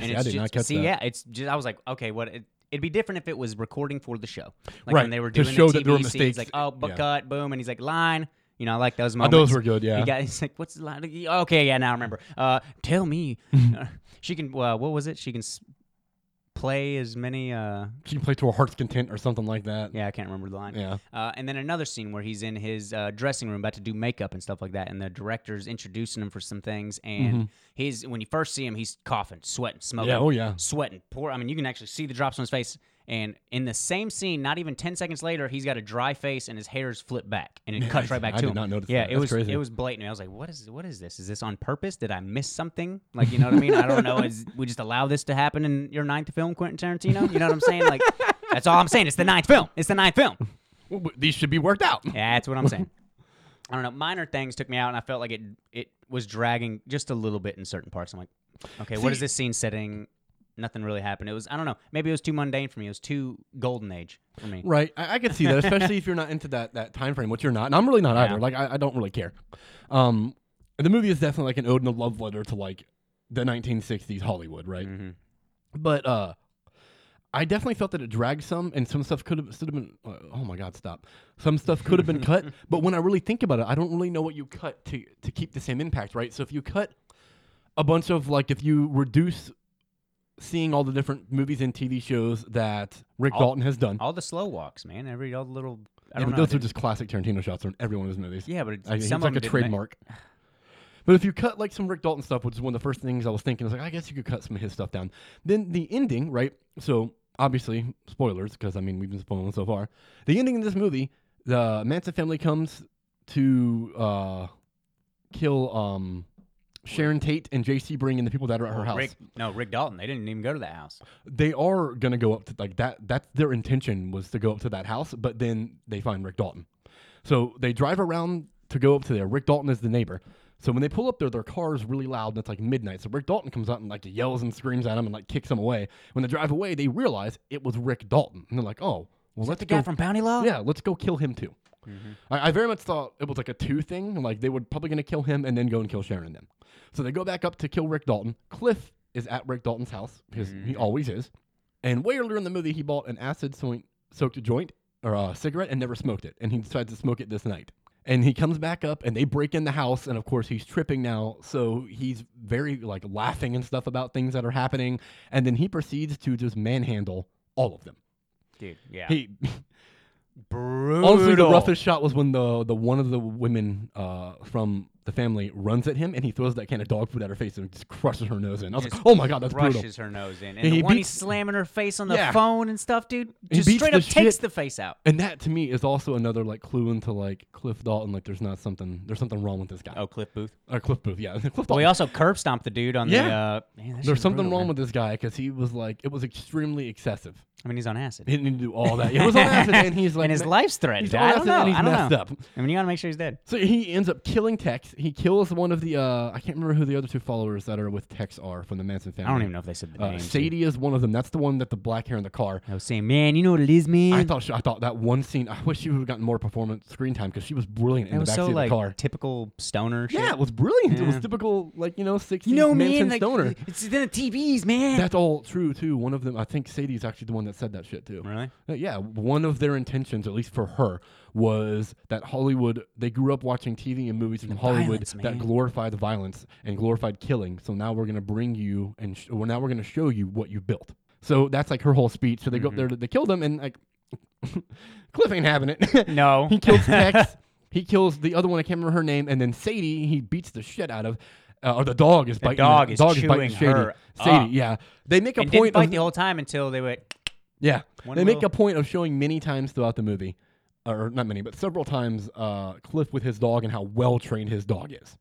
See, it's I did just, not catch see, that. yeah, it's just I was like, okay, what? It, it'd be different if it was recording for the show, like when Right, they were to doing show the TV that there were scenes, mistakes. like oh, but Yeah. cut, boom, and he's like line. You know, I like those Oh, moments. those were good, yeah. He got, he's like, what's the line? Okay, yeah, now I remember. Uh, tell me, she can. Uh, what was it? She can s- play as many. Uh, She can play to her heart's content or something like that. yeah, I can't remember the line. Yeah. Uh, and then another scene where he's in his uh, dressing room about to do makeup and stuff like that, and the director's introducing him for some things. And he's when you first see him, he's coughing, sweating, smoking, Mm-hmm. Yeah, oh, yeah. sweating, poor. I mean, you can actually see the drops on his face. And in the same scene, not even ten seconds later, he's got a dry face and his hair's flipped back, and it cuts right back I to did him. not notice Yeah, that. it That's was crazy. it was blatant. I was like, what is what is this? Is this on purpose? Did I miss something? Like, you know what I mean? I don't know. Is we just allow this to happen in your ninth film, Quentin Tarantino? You know what I'm saying? Like, that's all I'm saying. It's the ninth film. It's the ninth film. Well, but these should be worked out. Yeah, that's what I'm saying. I don't know. Minor things took me out, and I felt like it it was dragging just a little bit in certain parts. I'm like, okay, what is See- this scene setting? Nothing really happened. It was I don't know. Maybe it was too mundane for me. It was too golden age for me. Right, I, I could see that, especially if you're not into that that time frame, which you're not, and I'm really not Yeah. either. Like, I, I don't really care. Um, the movie is definitely like an ode and a love letter to like the 1960s Hollywood, right? Mhm. But uh, I definitely felt that it dragged some, and some stuff could have should have been. Uh, oh my God, stop! Some stuff could have been cut, but when I really think about it, I don't really know what you cut to to keep the same impact, right? So if you cut a bunch of like, if you reduce seeing all the different movies and TV shows that Rick All- Dalton has done. All the slow walks, man. Every all the little. I Yeah, but don't know. those are dude. just classic Tarantino shots on every one of his movies. yeah, but it's, I mean, some it's of them like a didn't make- trademark. But if you cut like some Rick Dalton stuff, which is one of the first things I was thinking, I was like, I guess you could cut some of his stuff down. Then the ending, right? So obviously spoilers, because I mean we've been spoiling so far. The ending in this movie, the Manson family comes to uh, kill um, Sharon Tate and JC Bring and the people that are at her house. Oh, Rick, no, Rick Dalton. They didn't even go to that house. They are gonna go up to like that. That's their intention was to go up to that house, but then they find Rick Dalton. So they drive around to go up to there. Rick Dalton is the neighbor. So when they pull up there, their car is really loud and it's like midnight. So Rick Dalton comes out and like yells and screams at him and like kicks him away. When they drive away, they realize it was Rick Dalton. And they're like, oh, well, let's The go. guy from Bounty Law. yeah, let's go kill him too. I, I very much thought it was like a two thing. Like they were probably going to kill him and then go and kill Sharon then. So they go back up to kill Rick Dalton. Cliff is at Rick Dalton's house because he always is. And way earlier in the movie, he bought an acid soin- soaked joint or a cigarette and never smoked it. And he decides to smoke it this night. And he comes back up and they break in the house. And of course, he's tripping now. So he's very like laughing and stuff about things that are happening. And then he proceeds to just manhandle all of them. dude. Yeah, He brutal. Honestly, the roughest shot was when the the one of the women uh, from the family runs at him, and he throws that can of dog food at her face and just crushes her nose in. I was Just like, "Oh my god, that's brutal!" brushes her nose in, and Yeah, the he one beats- he's slamming her face on the Yeah. phone and stuff, dude. He Just beats straight the up takes shit- the face out. And that to me is also another like clue into like Cliff Dalton. Like, there's not something there's something wrong with this guy. Oh, Cliff Booth. Or Cliff Booth, yeah, Cliff Well, Dalton. he also curb stomped the dude on the. Yeah. Uh, man, that there's shit's something brutal, wrong man. with this guy because he was like, it was extremely excessive. I mean, he's on acid. He didn't do all that. It was on acid, and he's like, and his ma- life's threatened. he's on I don't acid know. and he's I don't messed know. up. I mean, you gotta make sure he's dead. So he ends up killing Tex. He kills one of the uh, I can't remember who the other two followers that are with Tex are from the Manson I family. don't even know if they said the Uh, name. Sadie is one of them. That's the one that the black hair in the car. I was saying, man, you know what it is, man. I thought she, I thought that one scene. I wish she would have gotten more performance screen time because she was brilliant in that the was backseat so of the like car. typical stoner shit. Yeah, it was brilliant. It was Yeah. typical like you know sixties you know, Manson man. Like, stoner. It's in the TVs, man. That's all true too. One of them, I think Sadie's actually the one that said that shit too. really. Uh, Yeah, one of their intentions, at least for her, was that Hollywood. They grew up watching TV and movies from Hollywood violence, man. that glorified violence and glorified killing. So now we're gonna bring you and sh- well, now we're gonna show you what you built. So that's like her whole speech. So they Mm-hmm. go up there, to, they kill them, and like Cliff ain't having it. No. he kills Tex. he kills the other one. I can't remember her name. And then Sadie, he beats the shit out of. Uh, or the dog is biting. dog is biting chewing Sadie. her Sadie, up. yeah. They make a And didn't point fight of the whole time until they went. yeah, One they make little- a point of showing many times throughout the movie, or not many, but several times, uh, Cliff with his dog and how well trained his dog is.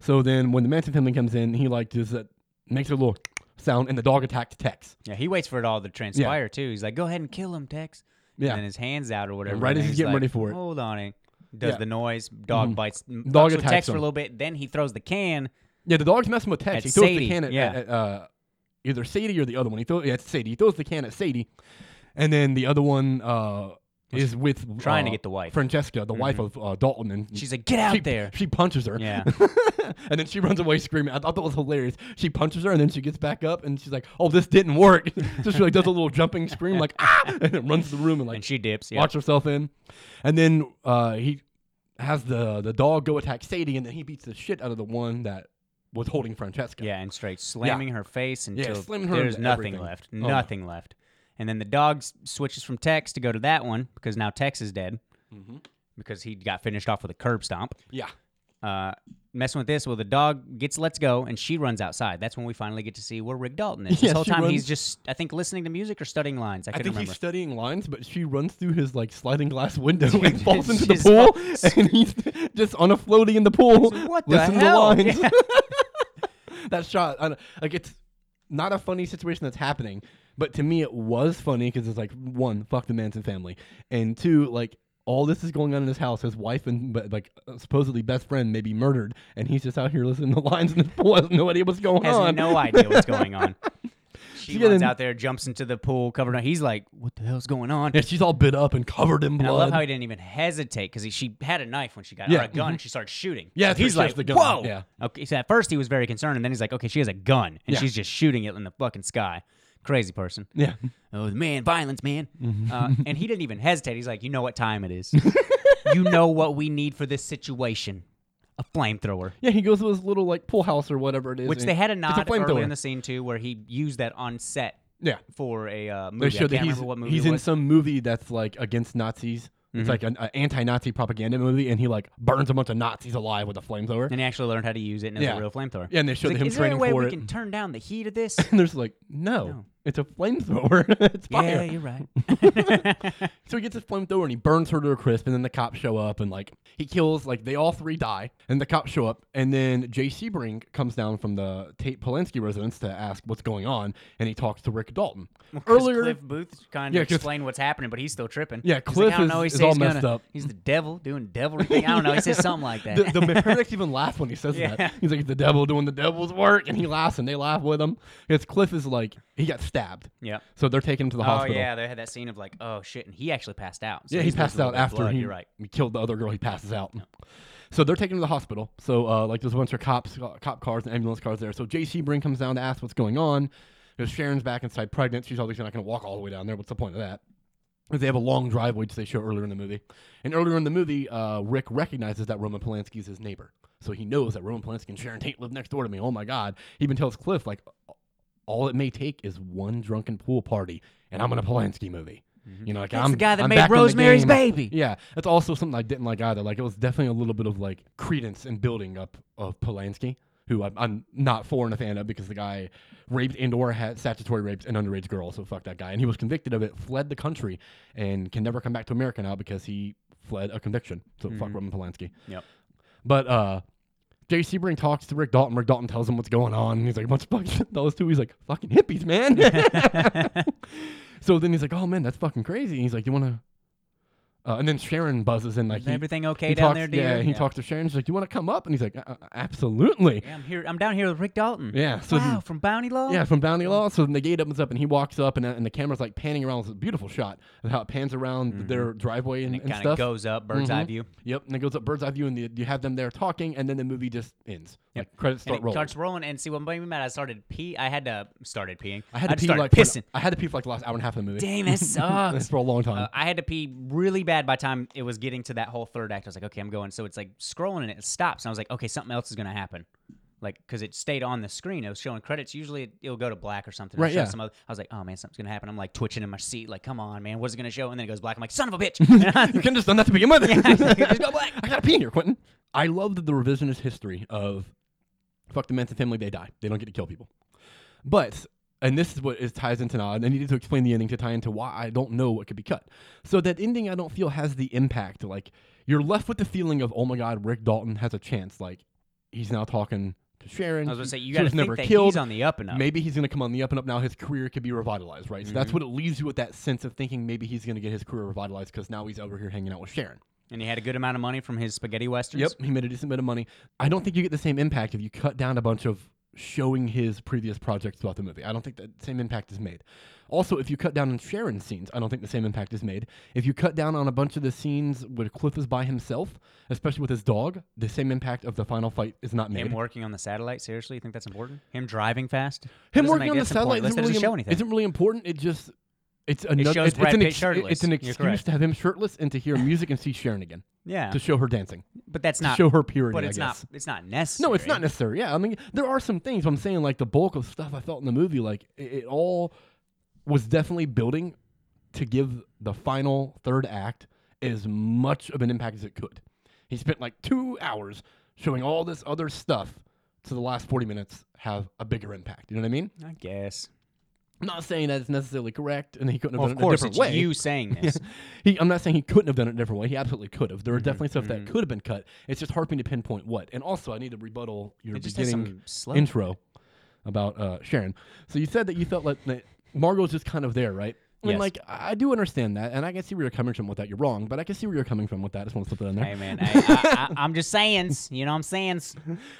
So then, when the Manson family comes in, he like does that, uh, makes a little sound and the dog attacked Tex. Yeah, he waits for it all to transpire too. He's like, "Go ahead and kill him, Tex." Yeah. And then his hands out or whatever. right and as he's getting like, ready for it. Hold on, it does Yeah. Mm-hmm. the noise. Dog bites. m- Dog fucks with attacks Tex for him. a little bit. Then he throws the can. Yeah, the dog's messing with Tex. At he throws Sadie, the can at, yeah. at, uh, either Sadie or the other one. He throws yeah, it's Sadie. He throws the can at Sadie, and then the other one uh, is with trying to uh, get the wife. Mm-hmm. Francesca, the wife of uh, Dalton, and She's like, "Get out she, there!" She punches her. Yeah. and then she runs away screaming. I thought that was hilarious. She punches her and then she gets back up and she's like, "Oh, this didn't work." so she like does a little jumping scream like ah, and then runs to the room and like And she dips. Yeah. locks herself in. And then uh, he has the the dog go attack Sadie and then he beats the shit out of the one that was holding Francesca. Yeah, and straight slamming her face until slamming her there's into nothing everything. left. Oh. Nothing left. And then the dog s- switches from Tex to go to that one because now Tex is dead because he got finished off with a curb stomp. Yeah. Uh, messing with this, well, the dog gets lets go and she runs outside. That's when we finally get to see where Rick Dalton is. This Yeah, whole she time he's runs- just, I think, listening to music or studying lines. I I can't think remember. he's studying lines, but she runs through his like sliding glass window and falls into the She's pool, and he's just on a floaty in the pool. what the listen hell? to lines. that shot, I don't- like it's not a funny situation that's happening, but to me it was funny because it's like one, fuck the Manson family, and two, like all this is going on in his house. His wife and but, like uh, supposedly best friend may be murdered, and he's just out here listening to lines in the pool. Has no idea what's going has on. no idea what's going on. She She runs didn't- out there, jumps into the pool, covered. up. He's like, "What the hell's going on?" and she's all bit up and covered in And I blood. love how he didn't even hesitate because she had a knife when she got Yeah, Mm-hmm. or a gun and she started shooting. Yeah, So that's right, he's she has like, the gun, whoa. yeah. Okay, so at first he was very concerned, and then he's like, okay, she has a gun, and Yeah. she's just shooting it in the fucking sky. Crazy person. yeah. Oh man, violence, man. Mm-hmm. Uh, and he didn't even hesitate. He's like, you know what time it is. you know what we need for this situation. A flamethrower. Yeah, he goes to his little like pool house or whatever it is. Which and they had a it's nod earlier flamethrower. in the scene too, where he used that on set Yeah, for a uh, they movie. I showed can't that he's remember what movie he's it in was. Mm-hmm. some movie that's like against Nazis. It's like an, an anti-Nazi propaganda movie, and he like burns a bunch of Nazis alive with a flamethrower. and he actually learned how to use it, and it was Yeah. a real flamethrower. Yeah, and they He's showed like, him Is there a training way for we it." can turn down the heat of this? And there's like, no, it's a flamethrower. it's yeah, fire. you're right. So he gets his flamethrower and he burns her to a crisp, and then the cops show up and like he kills like they all three die, and the cops show up, and then Jay Sebring comes down from the Tate Polanski residence to ask what's going on, and he talks to Rick Dalton. 'Cause Earlier, Cliff Booth kind of Yeah, 'cause- explained what's happening, but he's still tripping. Yeah, He's like, Cliff I don't know. He is- is says all he's gonna- messed up. He's the devil doing devilry thing. I don't know. He says something like that. the, the paramedics even laugh when he says Yeah. that. He's like, the devil doing the devil's work. And he laughs and they laugh with him. Because Cliff is like, he got stabbed. Yep. So they're taking him to the Oh hospital. yeah, they had that scene of like, oh shit, and he actually passed out. So Yeah, he he's passed losing a out little bit of after blood, he, You're right. he killed the other girl. He passes out. So they're taking him to the hospital. So uh, like there's a bunch of cops, uh, cop cars, and ambulance cars there. So J.C. Bring comes down to ask what's going on. Because Sharon's back inside pregnant. She's obviously not going to walk all the way down there. What's the point of that? 'Cause They have a long driveway, which they show earlier in the movie. And earlier in the movie, uh, Rick recognizes that Roman Polanski is his neighbor. So he knows that Roman Polanski and Sharon Tate live next door to me. Oh my God. He even tells Cliff, like, all it may take is one drunken pool party, and I'm in a Polanski movie. You know, like That's I'm the guy that I'm made back in the Rosemary's game. Baby. Yeah, that's also something I didn't like either. Like it was definitely a little bit of like credence and building up of Polanski, who I'm, I'm not for and a fan of because the guy raped and/or had statutory rapes an underage girl. So fuck that guy. And he was convicted of it, fled the country, and can never come back to America now because he fled a conviction. So fuck Roman Polanski. Yep. But uh, Jay Sebring talks to Rick Dalton. Rick Dalton tells him what's going on. And he's like, what's fucking those two? He's like, fucking hippies, man. so then he's like, oh man, that's fucking crazy. And he's like, you want to. Uh, and then Sharon buzzes in like Is he- everything okay he down talks- there, dear? Yeah, he Yeah. talks to Sharon. She's like, "You want to come up?" And he's like, "Uh, uh, "Absolutely." Yeah, I'm here. I'm down here with Rick Dalton. Yeah, so wow, then- from Bounty Law. Yeah, from Bounty Law. So then the gate opens up and he walks up, and, and the camera's like panning around. It's a beautiful shot of how it pans around their driveway and, Mm-hmm. and it and kind of stuff. goes up, bird's eye Mhm. view. Yep, and it goes up bird's eye view, and the, you have them there talking, and then the movie just ends. Like credits And start it rolling. starts rolling, and see what made me mad. I started pee. I had to started peeing. I had to just pee started like for an- pissing. I had to pee for like the last hour and a half of the movie. Damn, that sucks. for a long time. Uh, I had to pee really bad by the time it was getting to that whole third act. I was like, okay, I'm going. So it's like scrolling and it stops. And I was like, okay, something else is going to happen. Like, because it stayed on the screen. It was showing credits. Usually it, it'll go to black or something. It'll Right, show yeah. Some other, I was like, oh man, something's going to happen. I'm like twitching in my seat. Like, come on, man. What's it going to show? And then it goes black. I'm like, son of a bitch. you can just done that to begin with. Just go black. I gotta pee in here, Quentin. I love that the revisionist history of fuck the Manson family, they die. They don't get to kill people. But and this is what is ties into now, and I needed to explain the ending to tie into why I don't know what could be cut. So that ending I don't feel has the impact. Like you're left with the feeling of, oh my god, Rick Dalton has a chance. Like he's now talking to Sharon. I was gonna say She you got to was think never that killed. he's on the up and up. Maybe he's going to come on the up and up now. His career could be revitalized, right? So that's what it leaves you with that sense of thinking maybe he's going to get his career revitalized because now he's over here hanging out with Sharon. And he had a good amount of money from his spaghetti westerns. Yep, he made a decent bit of money. I don't think you get the same impact if you cut down a bunch of showing his previous projects throughout the movie. I don't think that same impact is made. Also, if you cut down on Sharon's scenes, I don't think the same impact is made. If you cut down on a bunch of the scenes where Cliff is by himself, especially with his dog, the same impact of the final fight is not made. Him working on the satellite. Seriously, you think that's important? Him driving fast. Him Doesn't working make- on the that's important. satellite That isn't doesn't really, show im- anything. isn't really important. It just it's another shows it's, Brad an Pitt ex- shirtless. it's an You're excuse correct. to have him shirtless and to hear music and see Sharon again yeah, to show her dancing, but that's to not. show her purity. but I it's guess. not. It's not necessary. No, it's not necessary. Yeah, I mean, there are some things. But I'm saying like the bulk of stuff I felt in the movie, like it, it all was definitely building to give the final third act as much of an impact as it could. He spent like two hours showing all this other stuff to the last 40 minutes have a bigger impact. You know what I mean? I guess. I'm not saying that it's necessarily correct, and he couldn't have Well, done of it course, a different it's way. you Mm-hmm, saying this. He, I'm not saying he couldn't have done it a different way. He absolutely could have. There are definitely stuff that could have been cut. It's just hard for me to pinpoint what. And also, I need to rebuttal your It just has beginning some slow. intro about uh, Sharon. So you said that you felt like that Margot's just kind of there, right? And Yes. like I I do understand that, and I can see where you're coming from with that. You're wrong, but I can see where you're coming from with that. I just want to slip that in there. hey man, hey, I, I, I'm just saying. You know, what I'm saying.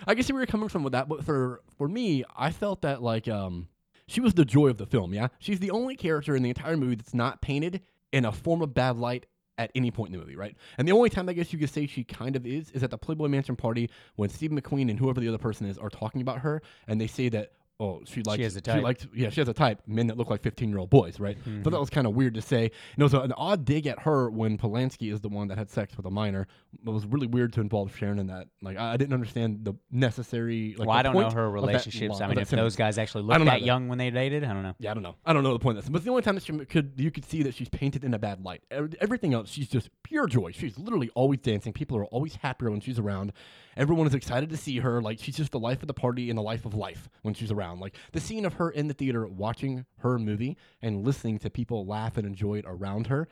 I can see where you're coming from with that, but for for me, I felt that like um she was the joy of the film, yeah. She's the only character in the entire movie that's not painted in a form of bad light at any point in the movie, right? And the only time I guess you could say she kind of is is at the Playboy Mansion party when Steve McQueen and whoever the other person is are talking about her and they say that oh she likes has a type. Mm-hmm. likes yeah, she has a type, men that look like 15-year-old boys, right? So that was kind of weird to say. And it was a- an odd dig at her when Polanski is the one that had sex with a minor. It was really weird to involve Sharon in that. Like I, I didn't understand the necessary like well, the I don't know point her of that relationships. line- I of mean, that if sentence. those guys actually I looked don't know that that. young when they dated, I don't know. Yeah, I don't know. I don't know the point of this, but it's the only time that she could you could see that she's painted in a bad light. Ev- Everything else, she's just pure joy. She's literally always dancing. People are always happier when she's around. Everyone is excited to see her. Like she's just the life of the party and the life of life when she's around. Like the scene of her in the theater watching her movie and listening to people laugh and enjoy it around her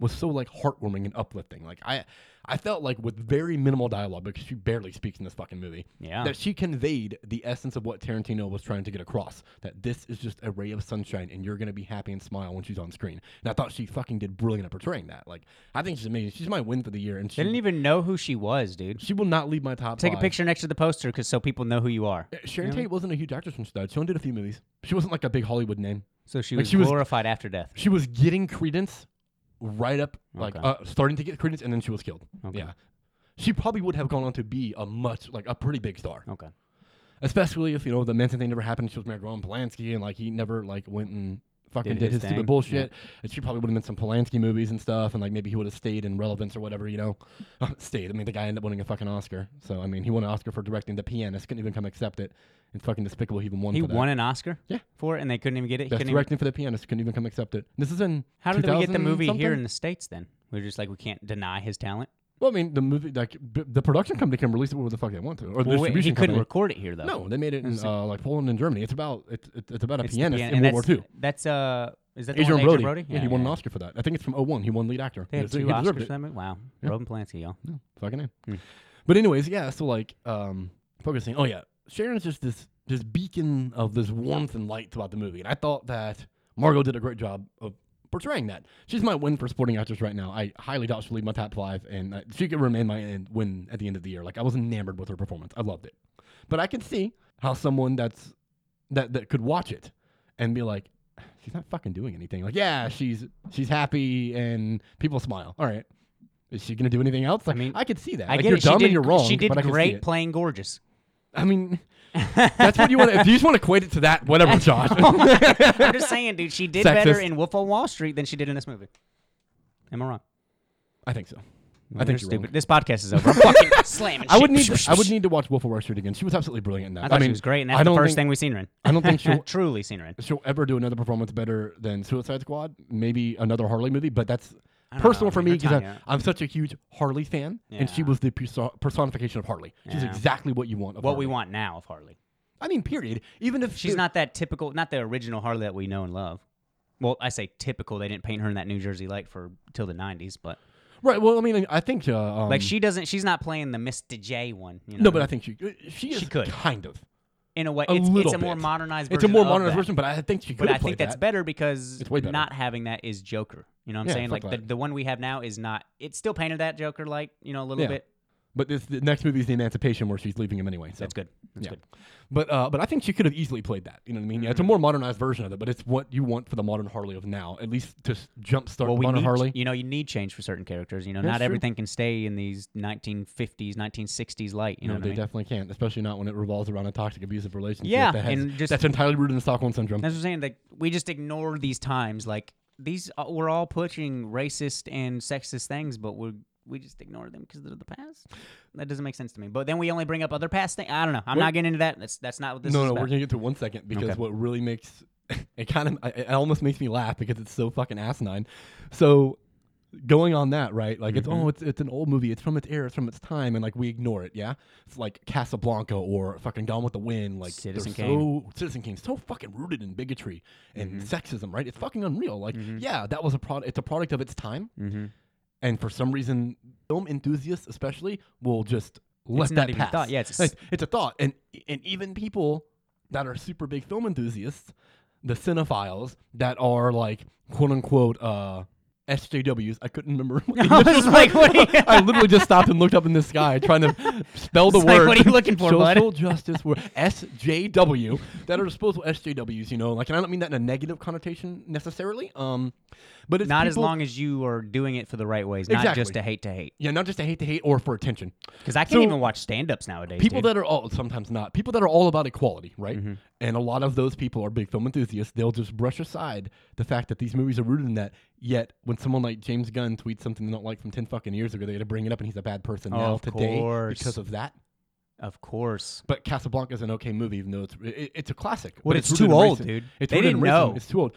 was so like heartwarming and uplifting. Like I, I felt like with very minimal dialogue because she barely speaks in this fucking movie. Yeah. that she conveyed the essence of what Tarantino was trying to get across. That this is just a ray of sunshine, and you're gonna be happy and smile when she's on screen. And I thought she fucking did brilliant at portraying that. Like I think she's amazing. She's my win for the year, and she They didn't even know who she was, dude. she will not leave my top. Take a five. picture next to the poster, cause so people know who you are. Uh, Sharon Tate wasn't a huge actress from stud. She only did a few movies. She wasn't like a big Hollywood name. So she Like, was she was- glorified after death. She was getting credence right up, like Okay. uh, starting to get credence, and then she was killed. Okay. Yeah. She probably would have gone on to be a much, like, a pretty big star. Okay. Especially if, you know, the Manson thing never happened. She was married to Roman Polanski, and, like, he never, like, went and fucking Did did, his his, thing. stupid bullshit. And she probably would have been some Polanski movies and stuff, and, like, maybe he would have stayed in relevance or whatever, you know? Uh, stayed. I mean, the guy ended up winning a fucking Oscar. So, I mean, he won an Oscar for directing The Pianist. Couldn't even come accept it. It's fucking despicable he even won He for that. won an Oscar. Yeah. For it, and they couldn't even get it. He Best couldn't even- directing for The Pianist. Couldn't even come accept it. This is in How did we get the 2000 movie something? here in the states? Then we were just like we can't deny his talent. Well, I mean, the movie, like, b- the production company can release it wherever the fuck they want to, or the Well, wait, he distribution couldn't company. record it here though. No, they made it in uh, like Poland and Germany. It's about it's it's, it's about a It's the pianist pian- in and World War II. that's- That's uh, is that the Adrian one with Brody. Brody? Yeah, he won an Oscar for that. I think it's from 01. He won lead actor. They He had des- two he deserved Oscars for it. that movie. Wow, Roman Polanski, y'all. Yeah, fucking name. Hmm. But anyways, yeah. So like, um, focusing. Oh yeah, Sharon's just this this beacon of this warmth and light throughout the movie, and I thought that Margot did a great job of portraying that. She's my win for supporting actress right now. I highly doubt she'll leave my top five, and uh, she could remain my end- win at the end of the year. Like I was enamored with her performance. I loved it, but I can see how someone that's that that could watch it and be like. She's not fucking doing anything. Like, yeah, she's she's happy and people smile. All right, is she gonna do anything else? Like, I mean, mean, I could see that. I like, get you're it. dumb she did, and you're wrong. She did but I can see great it. playing gorgeous. I mean, that's what you want. If you just want to equate it to that, whatever, Josh. I'm just saying, dude. She did better Sexist. in Wolf on Wall Street than she did in this movie. Am I wrong? I think so. I think You're you're stupid. wrong. This podcast is over. I'm fucking slamming. I would shit. need to, I would need to watch Wolf of Wall Street again. She was absolutely brilliant in that. I thought mean, she was great, and I that's the don't first think, thing we seen her in. I don't think she'll Truly seen her in. she'll ever do another performance better than Suicide Squad. Maybe another Harley movie, but that's don't personal know. for I mean, me her because time, yeah. I'm, I'm such a huge Harley fan, and she Yeah. was the perso- personification of Harley. She's Yeah. exactly what you want. Of What Harley. we want now of Harley. I mean, period. Even if She's the- not that typical, not the original Harley that we know and love. Well, I say typical. They didn't paint her in that New Jersey light for till the '90s, but right. Well, I mean, I think uh, um, like she doesn't. She's not playing the Mr. J one. You know No, what but I I think she she is She could. kind of. in a way. A it's, it's little a more bit. modernized version. It's a more of modernized that. version, but I think she could. But I think that's better because It's way better. not having that is Joker. You know what I'm Yeah, saying? fuck Like the, that. the one we have now is not. It's still painted that Joker like you know a little Yeah. bit. But this the next movie is the Emancipation, where she's leaving him anyway. So. That's good. That's yeah. good. Mm-hmm. But uh, but I think she could have easily played that. You know what I mean? Yeah, it's a more modernized version of it, but it's what you want for the modern Harley of now, at least to s- jumpstart Well, we modern need, Harley. you know, you need change for certain characters. You know, That's not true. everything can stay in these 1950s, 1960s light. You no, know, what they I mean? definitely can't, especially not when it revolves around a toxic, abusive relationship. Yeah, that has, and just- that's entirely rooted in Stockholm syndrome. That's what I'm saying. Like we just ignore these times. Like these, uh, we're all pushing racist and sexist things, but we we just ignore them because they're the past. That doesn't make sense to me. But then we only bring up other past things. I don't know. I'm Well- not getting into that. That's that's not what this no, is no, about. we're gonna get to one second because Okay. what really makes it kind of it almost makes me laugh because it's so fucking asinine. So going on that right, like it's Mm-hmm. oh, it's it's an old movie. It's from its era. It's from its time, and like we ignore it. Yeah, it's like Casablanca or fucking Gone with the Wind. Like they're Citizen So, Citizen Kane, so fucking rooted in bigotry and Mm-hmm. sexism. Right? It's fucking unreal. Like yeah, that was a product. It's a product of its time. Mhm. And for some reason, film enthusiasts especially will just let It's that not even a pass. thought. Yeah, it's a Like, it's a thought, and and even people that are super big film enthusiasts, the cinephiles that are like quote unquote uh, SJWs. I couldn't remember. What the I was initials like, were. what are you- I literally just stopped and looked up in the sky trying to spell the It's like, word. what are you looking for, Social bud? justice word SJW that are disposable SJWs. You know, like, and I don't mean that in a negative connotation necessarily. Um, but it's not as people- long as you are doing it for the right ways, not just Exactly. to hate to hate. Yeah, not just to hate to hate or for attention. Because I can't So- even watch stand-ups nowadays. people dude. that are all sometimes not people that are all about equality right Mm-hmm. and a lot of those people are big film enthusiasts they'll just brush aside the fact that these movies are rooted in that yet when someone like james gunn tweets something they don't like from 10 fucking years ago they had to bring it up and he's a bad person Oh, now of today course. because of that of course. but casablanca is an okay movie even though it's it, it's a classic Well, but it's rooted in too old, racism. dude. it's They rooted in didn't racism. know. it's too old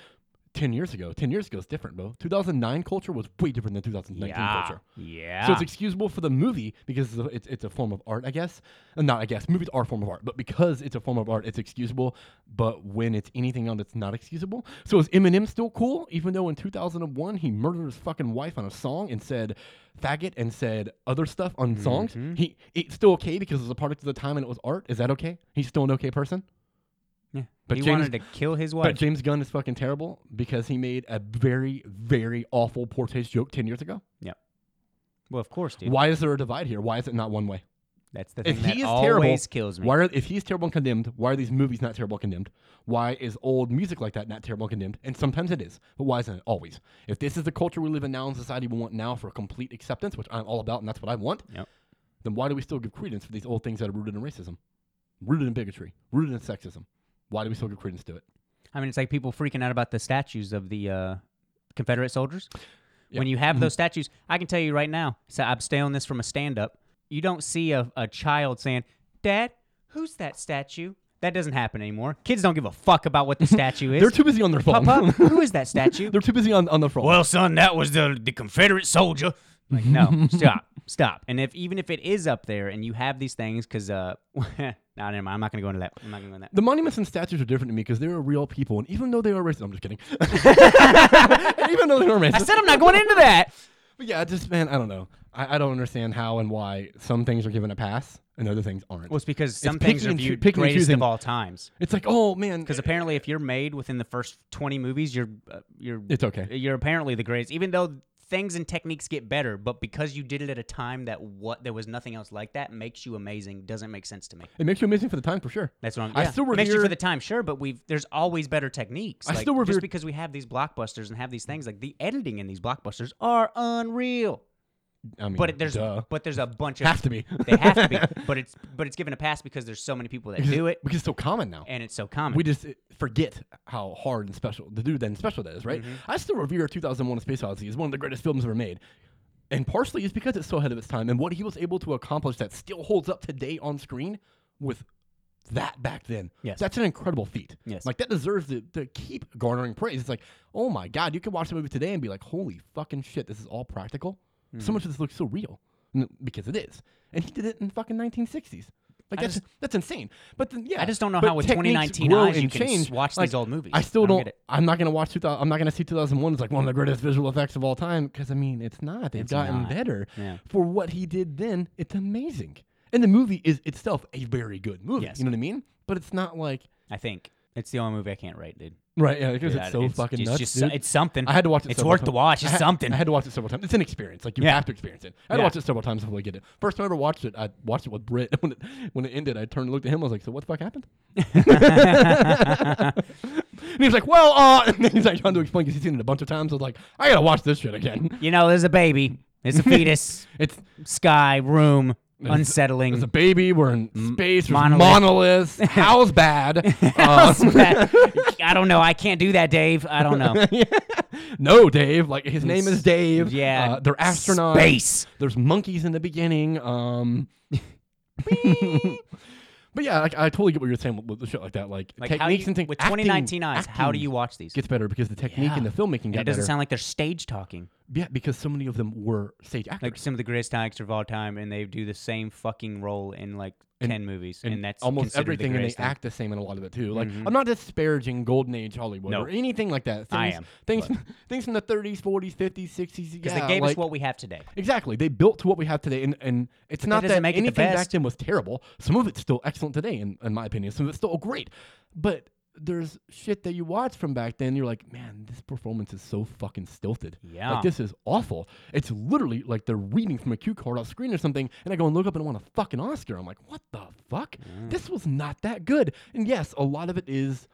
10 years ago 10 years ago is different bro 2009 culture was way different than 2019 Yeah. culture Yeah. so it's excusable for the movie because it's a- it's, it's a form of art, I guess. Uh, Not I guess movies are a form of art, but because it's a form of art, it's excusable. But when it's anything else, it's not excusable. So is Eminem still cool? Even though in 2001 he murdered his fucking wife on a song and said faggot and said other stuff on songs, he it's still okay because it was a product of the time and it was art. Is that okay? He's still an okay person. Yeah. but he James- wanted to kill his But wife. James Gunn is fucking terrible because he made a very, very awful poor taste joke 10 years ago. well, of course, dude. Why is there a divide here? Why is it not one way? That's the if thing that he is always terrible, kills me. Why are, if he's terrible and condemned, why are these movies not terrible and condemned? Why is old music like that not terrible and condemned? And sometimes it is, but why isn't it always? If this is the culture we live in now and society we want now for complete acceptance, which I'm all about and that's what I want, Yep. then why do we still give credence for these old things that are rooted in racism, rooted in bigotry, rooted in sexism? Why do we still give credence to it? I mean, it's like people freaking out about the statues of the uh, Confederate soldiers. Yeah. When you have those statues, I can tell you right now, so I'm stealing this from a stand up. You don't see a, a child saying, Dad, who's that statue? That doesn't happen anymore. Kids don't give a fuck about what the statue is. They're too busy on their phone. Papa, who is that statue? They're too busy on, on their phone. well, son, that was the, the Confederate soldier. Like, no, stop, stop. And if even if it is up there and you have these things, because, uh, nah, never mind. I'm not going to go into that. I'm not going to go into that. The monuments and statues are different to me because they are real people, and even though they are racist, I'm just kidding. even though they are racist, I said I'm not going into that. But yeah, I just man, I don't know. I, I don't understand how and why some things are given a pass and other things aren't. Well, it's because some picking things are and choo- viewed picking and greatest of choosing. all times. it's like, oh man, Because apparently, if you're made within the first twenty movies, you're uh, you're it's okay. you're apparently the greatest. Even though things and techniques get better, but because you did it at a time that what there was nothing else like that makes you amazing doesn't make sense to me. It makes you amazing for the time for sure. That's what I'm. I yeah. still makes you revere- for the time, sure, but we've there's always better techniques. I Like, still revere- just because we have these blockbusters and have these things like the editing in these blockbusters are unreal. I mean, But it, there's duh. but there's a bunch of have to be. they have to be, but it's but it's given a pass because there's so many people that do it. because it's so common now. and it's so common. We just uh, forget how hard and special the dude then special that is, right? Mm-hmm. I still revere 2001: A Space Odyssey as one of the greatest films ever made, and partially is because it's so ahead of its time and what he was able to accomplish that still holds up today on screen with that back then. Yes. that's an incredible feat. Yes. like that deserves to, to keep garnering praise. It's like, oh my god, you can watch the movie today and be like, holy fucking shit, this is all practical. Mm-hmm. So much of this looks so real N- because it is, and he did it in fucking 1960s. Like I that's that's insane. But then, yeah, I just don't know but how with techniques 2019 grow eyes you and can change. watch Like, these old movies. I still I don't don't. get it. I'm not gonna watch 2000. I'm not gonna see 2001 as like one of the greatest visual effects of all time because I mean it's not. They've gotten not. better Yeah. for what he did then. It's amazing, and the movie is itself a very good movie. Yes. You know what I mean? but it's not like I think it's the only movie I can't rate, dude. right. Yeah, because it's That- so fucking it's nuts. just- dude. it's something. I had to watch it. It's several worth times. the watch. It's I had- something. I had to watch it several times. It's an experience. Like you Yeah. have to experience it. I had Yeah. to watch it several times before I get it. First time I ever watched it, I watched it with Britt. When it, when it ended, I turned and looked at him. I was like, "So what the fuck happened?" and he was like, "Well, uh," and he's like trying to explain because he's seen it a bunch of times. I was like, "I gotta watch this shit again." you know, there's a baby. There's a fetus. It's Sky room. Unsettling. there's a baby. We're in space. Monolith. monolith. Monoliths. How's bad? Uh, How's that? I don't know. I can't do that, Dave. I don't know. no, Dave. Like his name is Dave. Yeah. uh, they're astronauts. Space. There's monkeys in the beginning. Um, but yeah, like, I totally get what you're saying with, with the shit like that. Like, Like how do techniques you, and things. with acting- 2019 eyes, how do acting you watch these? Gets better because the technique and the Yeah. filmmaking And got it doesn't better. sound like they're stage talking. yeah, because so many of them were stage actors. Like some of the greatest actors of all time, and they do the same fucking role in like And- ten movies, and, that's almost considered the everything, and they greatest thing. Mm-hmm. act the same in a lot of it too. Like I'm not disparaging Golden Age Hollywood No. or anything like that. Things, I am, things, things from the 30s, 40s, 50s, 60s. because yeah, they gave like, us what we have today. Exactly. They built to what we have today, and, and it's that not that, doesn't make it the anything back best. then was terrible. Some of it's still excellent today, in, in my opinion. Some of it's still great. But there's shit that you watch from back then, you're like, man, this performance is so fucking stilted. Yeah. Like, this is awful. It's literally like they're reading from a cue card off screen or something, and I go and look up and want a fucking Oscar. I'm like, what the fuck? Mm. This was not that good. And yes, a lot of it is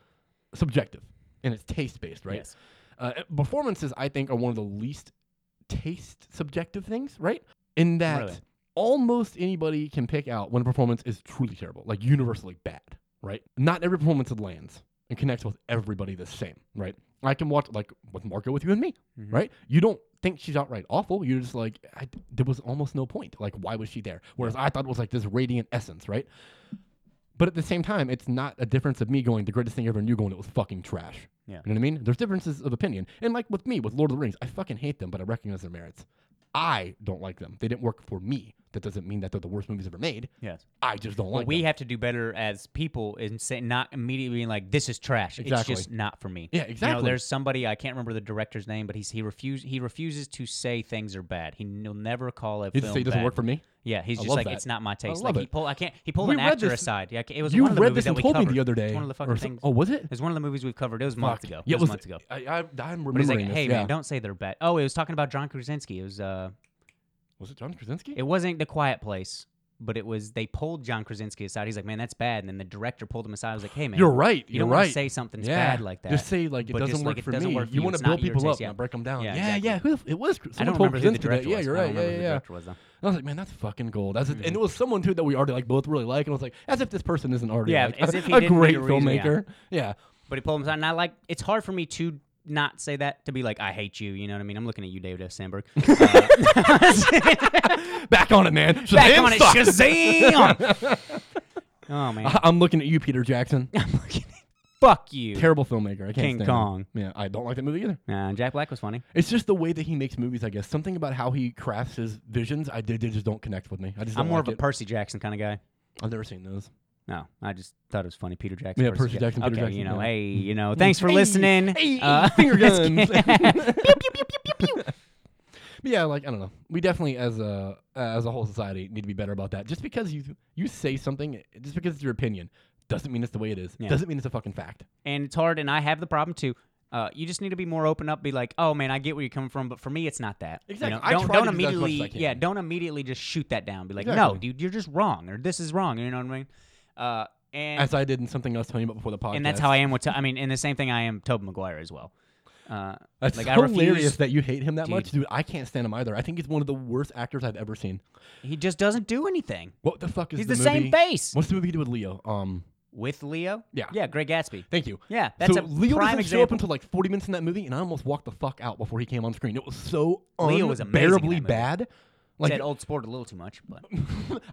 subjective, and it's taste-based, right? Yes. Uh, performances, I think, are one of the least taste subjective things, right? In that Really. almost anybody can pick out when a performance is truly terrible, like universally bad, right? Not every performance lands and connects with everybody the same, right? I can watch like with Marco with you and me, right? You don't think she's outright awful. You're just like, I, there was almost no point. Like, why was she there? Whereas I thought it was like this radiant essence, right? But at the same time, it's not a difference of me going the greatest thing ever and you going it was fucking trash. Yeah. You know what I mean? There's differences of opinion. And like with me, with Lord of the Rings, I fucking hate them, but I recognize their merits. I don't like them. They didn't work for me. That doesn't mean that they're the worst movies ever made. Yes. I just don't like we them. have to do better as people and say not immediately being like this is trash Exactly. it's just not for me Yeah, you know, exactly. there's somebody i can't remember the director's name but he's he refuse he refuses to say things are bad he will never call a You just film say it doesn't bad. work for me. yeah he's I just love like that. it's not my taste love like he it. pulled i can't he pulled We an read actor this- aside yeah it was You one of the read movies this and that we told covered me the other day. it's one of the fucking or so- things Oh, was it? it was one of the movies we've covered it was months Fuck. ago Yeah, it was months ago I, I, I'm remembering but he's like, this, hey yeah. man, don't say they're bad. Oh, it was talking about John Krasinski. It was uh, Was it John Krasinski? it wasn't The Quiet Place, but it was they pulled John Krasinski aside. He's like, man, that's bad. And then the director pulled him aside. I was like, hey man, You're right. are You don't right. want to say something's bad like that. Just say like it but doesn't just, work like, it for doesn't me. work for you you. want to It's not build your people taste, up, yeah. not break them down. Yeah, Yeah, exactly. yeah. Who the f- it was? Someone I don't told remember who the Krasinski that. director was. Yeah, but you're I right. don't Yeah, yeah, remember who the yeah. director was though. And I was like, man, that's fucking gold. That's and it Mm-hmm. was someone too that we already like both really like, and I was like, as if this person isn't already Yeah, like, as a, if he a didn't need great a reason, yeah. filmmaker. Yeah. But he pulled him aside, and I like. It's hard for me to not say that to be like, I hate you. You know what I mean? I'm looking at you, David F. Sandberg. Uh, back on it, man. Shazam Back on it, sucked. Shazam! oh man, I- I'm looking at you, Peter Jackson. I'm looking at- fuck you. Terrible filmmaker. I can't King stand him. Kong. Yeah, I don't like that movie either. Nah, Jack Black was funny. It's just the way that he makes movies. I guess something about how he crafts his visions. I did. They just don't connect with me. I just. I'm don't more like of a it. Percy Jackson kind of guy. I've never seen those. No, I just thought it was funny. Peter Jackson. Yeah, Percy Jackson, Okay, Peter Jackson, you know, yeah. Mm-hmm. hey, you know, thanks for Hey, listening. hey, Uh, finger just guns. kidding. But yeah, like I don't know. We definitely, as a uh, as a whole society, need to be better about that. Just because you you say something, just because it's your opinion, doesn't mean it's the way it is. Yeah. Doesn't mean it's a fucking fact. and it's hard, and I have the problem too. Uh, you just need to be more open up. Be like, oh man, I get where you're coming from, but for me, it's not that. You Exactly. know, I Don't, try don't to do that as much as I immediately, can. yeah, don't immediately just shoot that down. Be like, no, Exactly. dude, you're just wrong, or this is wrong. You know what I mean? Uh, and As I did in something I was telling you about before the podcast. and that's how I am with. To- I mean, and the same thing I am Tobey Maguire as well. Uh, That's like I refuse. hilarious that you hate him that Dude. much, dude. I can't stand him either. I think he's one of the worst actors I've ever seen. he just doesn't do anything. What the fuck is He's the, the same movie- face. What's the movie he did with Leo? Um, with Leo. Yeah. Yeah, Greg Gatsby. thank you. Yeah, that's so a Leo prime doesn't show up example. until like 40 minutes in that movie, and I almost walked the fuck out before he came on screen. It was so Leo was amazing in that unbearably movie. bad. Like Said "Oh." old sport a little too much, but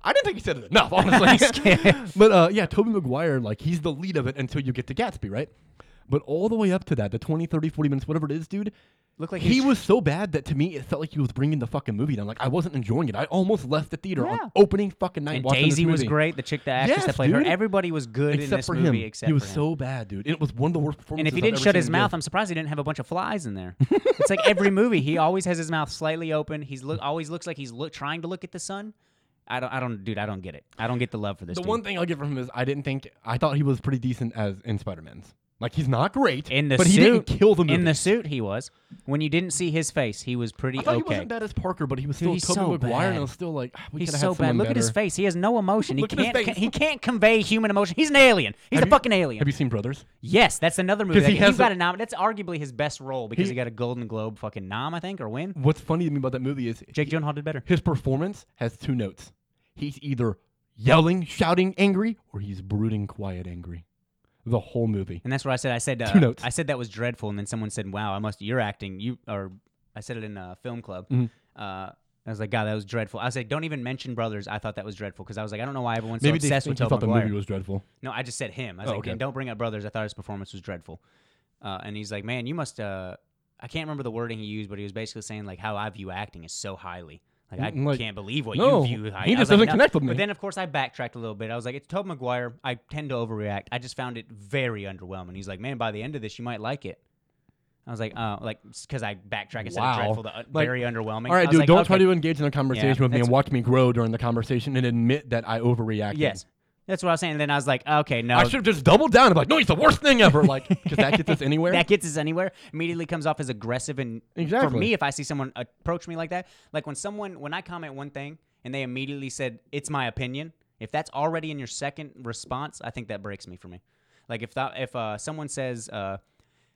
I didn't think he said it enough, honestly. but uh, yeah, Toby Maguire, like he's the lead of it until you get to Gatsby, right? But all the way up to that, the 20, 30, 40 minutes, whatever it is, dude, looked like he was so bad that to me it felt like he was bringing the fucking movie down. Like I wasn't enjoying it. I almost left the theater Yeah. on opening fucking night And watching this Daisy was movie. great. The chick, the actress that Yes, played dude. her, everybody was good in Except this for him. movie. Except he was for him. so bad, dude. It was one of the worst performances. And if he I've didn't ever shut seen his him mouth, give. I'm surprised he didn't have a bunch of flies in there. it's like every movie, he always has his mouth slightly open. He's look always looks like he's look, trying to look at the sun. I don't. I don't, dude. I don't get it. I don't get the love for this. The dude. one thing I'll get from him is I didn't think I thought he was pretty decent as in Spider Man's. Like he's not great in the but suit, he didn't kill the movie. in the suit, he was. When you didn't see his face, he was pretty I thought okay. he wasn't bad as Parker, but he was Dude, still he's Tobey so Maguire, and bad. I was still like, "Ah, we could He's have so had bad. someone Look at his better." face. He has no emotion. He Look at his can't. face. He can't convey human emotion. He's an alien. He's Have a you- fucking alien. Have you seen Brothers? yes, that's another movie. 'Cause That he he has got a- a nom. That's arguably his best role because he, He- got a Golden Globe fucking nom, I think, or win. What's funny to me about that movie is Jake Gyllenhaal did better. his performance has two notes. He's either yelling, shouting, angry, or he's brooding, quiet, angry. The whole movie. And that's where I said I said uh, Two notes. I said that was dreadful, and then someone said, "Wow, I must you're acting." You or I said it in a film club. Mm-hmm. Uh, I was like, "God, that was dreadful." I was like, "Don't even mention Brothers." I thought that was dreadful because I was like, "I don't know why everyone's Maybe so they obsessed think with he Tobey thought the Maguire." movie was dreadful. No, I just said him. I was Oh, like, okay. "And don't bring up Brothers." I thought his performance was dreadful. Uh, and he's like, "Man, you must." Uh, I can't remember the wording he used, but he was basically saying like, "How I view acting is so highly." Like, I Mm, like, can't believe what no, you view. high." he I just was doesn't like, connect with me. But then, of course, I backtracked a little bit. I was like, "It's Tobey Maguire." I tend to overreact. I just found it very underwhelming. He's like, "Man, by the end of this, you might like it." I was like, "Oh, like," because I backtracked and said Wow. dreadful, to, uh, Like, very underwhelming. All I right, was dude, like, don't okay. try to engage in a conversation with me that's- and watch me grow during the conversation and admit that I overreacted. Yes, that's what I was saying. And then I was like, "Okay, no." I should have just doubled down and be like, no, he's the worst thing ever. Like, because that gets us anywhere. That gets us anywhere. Immediately comes off as aggressive and for Exactly. me, if I see someone approach me like that, like when someone when I comment one thing and they immediately said it's my opinion, if that's already in your second response, I think that breaks me for me. Like if that if uh, someone says uh,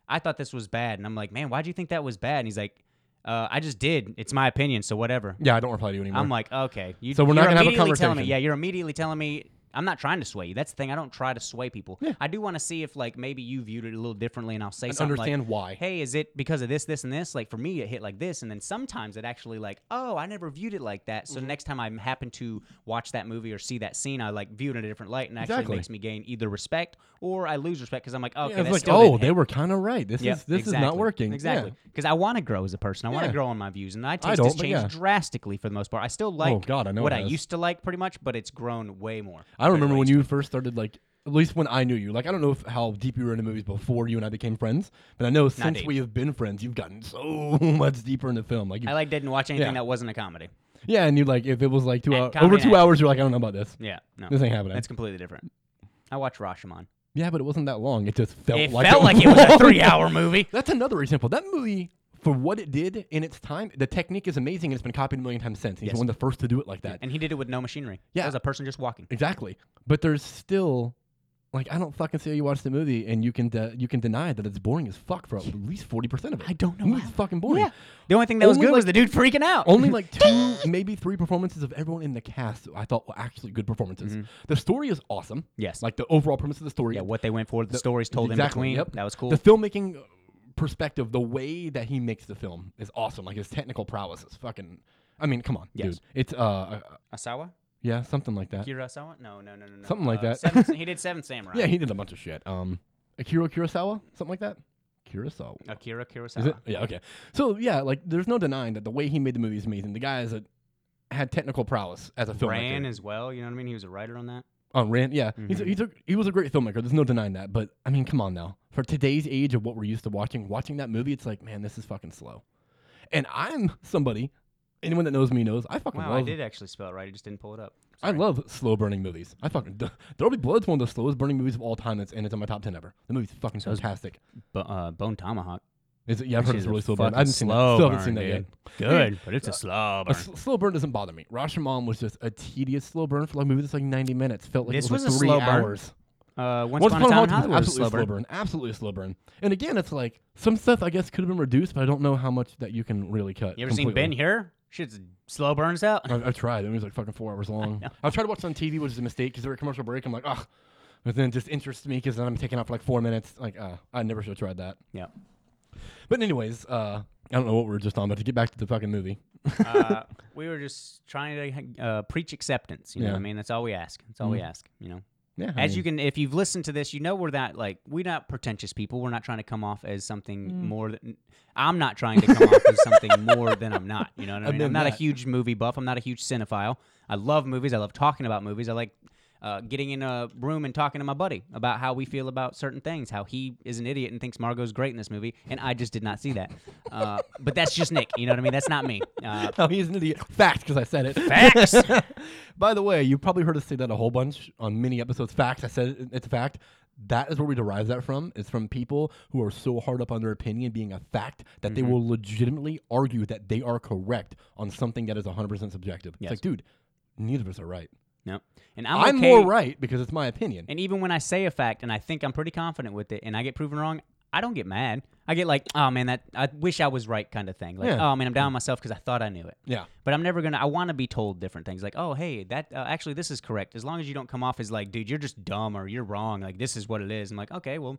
I thought this was bad, and I'm like, man, why do you think that was bad? And he's like, uh, I just did. It's my opinion, so whatever. yeah, I don't reply to you anymore. I'm like, okay. You, So we're not you're gonna have a immediately telling Me, conversation. yeah, you're immediately telling me I'm not trying to sway you. That's the thing. I don't try to sway people. I do want to see if like maybe you viewed it a little differently, and I'll say And something like, understand why. Hey, is it because of this, this, and this? Like for me, it hit like this, and then sometimes it actually like, oh, I never viewed it like that. Mm-hmm. So next time I happen to watch that movie or see that scene, I like view it in a different light, and actually Exactly. makes me gain either respect or I lose respect because I'm like, okay, Yeah, it's that's like, still oh, didn't they hit." were kind of right. This Yep, is this is not exactly. working. Yeah. Exactly. Because I want to grow as a person. I want to Yeah. grow on my views, and my taste don't, has but changed yeah. drastically for the most part. I still like Oh, God, I know what it I has. used to like pretty much, but it's grown way more. I remember when you first started, like, at least when I knew you. Like, I don't know if, how deep you were into movies before you and I became friends, but I know since deep. we have been friends, you've gotten so much deeper into film. Like, you, I like didn't watch anything Yeah. that wasn't a comedy. yeah, and you like if it was like two And hours comedy over two night. hours, you're like, I don't know about this. Yeah, no, This ain't happening. that's completely different. I watched Rashomon. Yeah, but it wasn't that long. It just felt It like felt it like it was a long. three-hour movie. That's another example. That movie, for what it did in its time, the technique is amazing. and It's been copied a million times since. He's Yes. one of the first to do it like that. And he did it with no machinery. Yeah. it was a person just walking. Exactly. But there's still, like, I don't fucking see how you watch the movie and you can de- you can deny that it's boring as fuck for at least forty percent of it. I don't know. It's fucking boring. Yeah, the only thing that was Only good like- was the dude freaking out. Only like two, maybe three performances of everyone in the cast I thought were actually good performances. The story is awesome. Yes. Like the overall premise of the story. Mm-hmm. yeah, what they went for, the, stories told Exactly, in between. yep. That was cool. The filmmaking perspective, the way that he makes the film is awesome. Like his technical prowess is fucking. I mean, come on, Yes. dude. It's uh, uh, Asawa, yeah, something like that. Kurosawa? No, no, no, no, no. Something like Uh, that. Seventh- he did Seven Samurai. Yeah, he did a bunch of shit. Um, Akira Kurosawa, something like that. Kurosawa. Akira Kurosawa. Is it? Yeah, okay. So yeah, like there's no denying that the way he made the movie is amazing. The guy is a had technical prowess as a filmmaker. Bran as well. You know what I mean? He was a writer on that. on Oh, Rand, yeah, he's, Mm-hmm. he's a, he was a great filmmaker. There's no denying that. But I mean, come on now. For today's age of what we're used to watching, watching that movie, it's like, man, this is fucking slow. And I'm somebody. Anyone that knows me knows I fucking Wow, love. I did actually spell it right. I just didn't pull it up. I love slow burning movies. I fucking There'll Be Blood's one of the slowest burning movies of all time, it's, and it's on my top ten ever. The movie's fucking fantastic. Bo- uh, Bone Tomahawk. Is it? Yeah, I've heard it's She's a really slow burn. I fucking haven't seen slow that. Still haven't seen burn, that yet. dude. Good, but it's a slow A burn. s- slow burn doesn't bother me. Rashomon was just a tedious slow burn for like a movie that's like 90 minutes. Felt like This it was, was a like three slow burn. hours. Uh, Once, Once Upon a Time in Time Hollywood, was slow burn. Absolutely a slow burn. And again, it's like some stuff I guess could have been reduced, but I don't know how much that you can really cut. You ever seen Ben completely. Hur? Shit's slow burns out. I- I've tried. It was like fucking four hours long. I've tried to watch it on TV, which is a mistake because they're at commercial break. I'm like, ugh. But then it just interests me because then I'm taking out for like four minutes. Like, uh, I never should have tried that. yeah. But anyways, uh, I don't know what we were just on, but to get back to the fucking movie. Uh, we were just trying to uh, preach acceptance. You know Yeah. Mm-hmm. what I mean? That's all we ask. That's all we ask. You know. Yeah. I As mean, you can, if you've listened to this, you know we're that like we're not pretentious people. We're not trying to come off as something more than I'm not trying to come off as something more than I'm not. You know what I mean? than I'm not a that. huge movie buff. I'm not a huge cinephile. I love movies. I love talking about movies. I like uh, getting in a room and talking to my buddy about how we feel about certain things, how he is an idiot and thinks Margot's great in this movie, and I just did not see that. Uh, but that's just Nick. You know what I mean? That's not me. Uh, No, oh, he's an idiot. Fact, because I said it. Facts. By the way, you probably heard us say that a whole bunch on many episodes. Facts. I said it, it's a fact. That is where we derive that from. It's from people who are so hard up on their opinion being a fact that Mm-hmm. they will legitimately argue that they are correct on something that is 100% subjective. Yes. It's like, dude, neither of us are right. no. And I'm, I'm, okay. more right because it's my opinion. And even when I say a fact and I think I'm pretty confident with it and I get proven wrong, I don't get mad. I get like, oh man, that I wish I was right kind of thing. Like, Yeah. oh man, I'm down on myself because I thought I knew it. yeah. But I'm never gonna. I want to be told different things. Like, oh hey, that uh, actually this is correct. As long as you don't come off as like, dude, you're just dumb or you're wrong. Like this is what it is. I'm like, okay, well,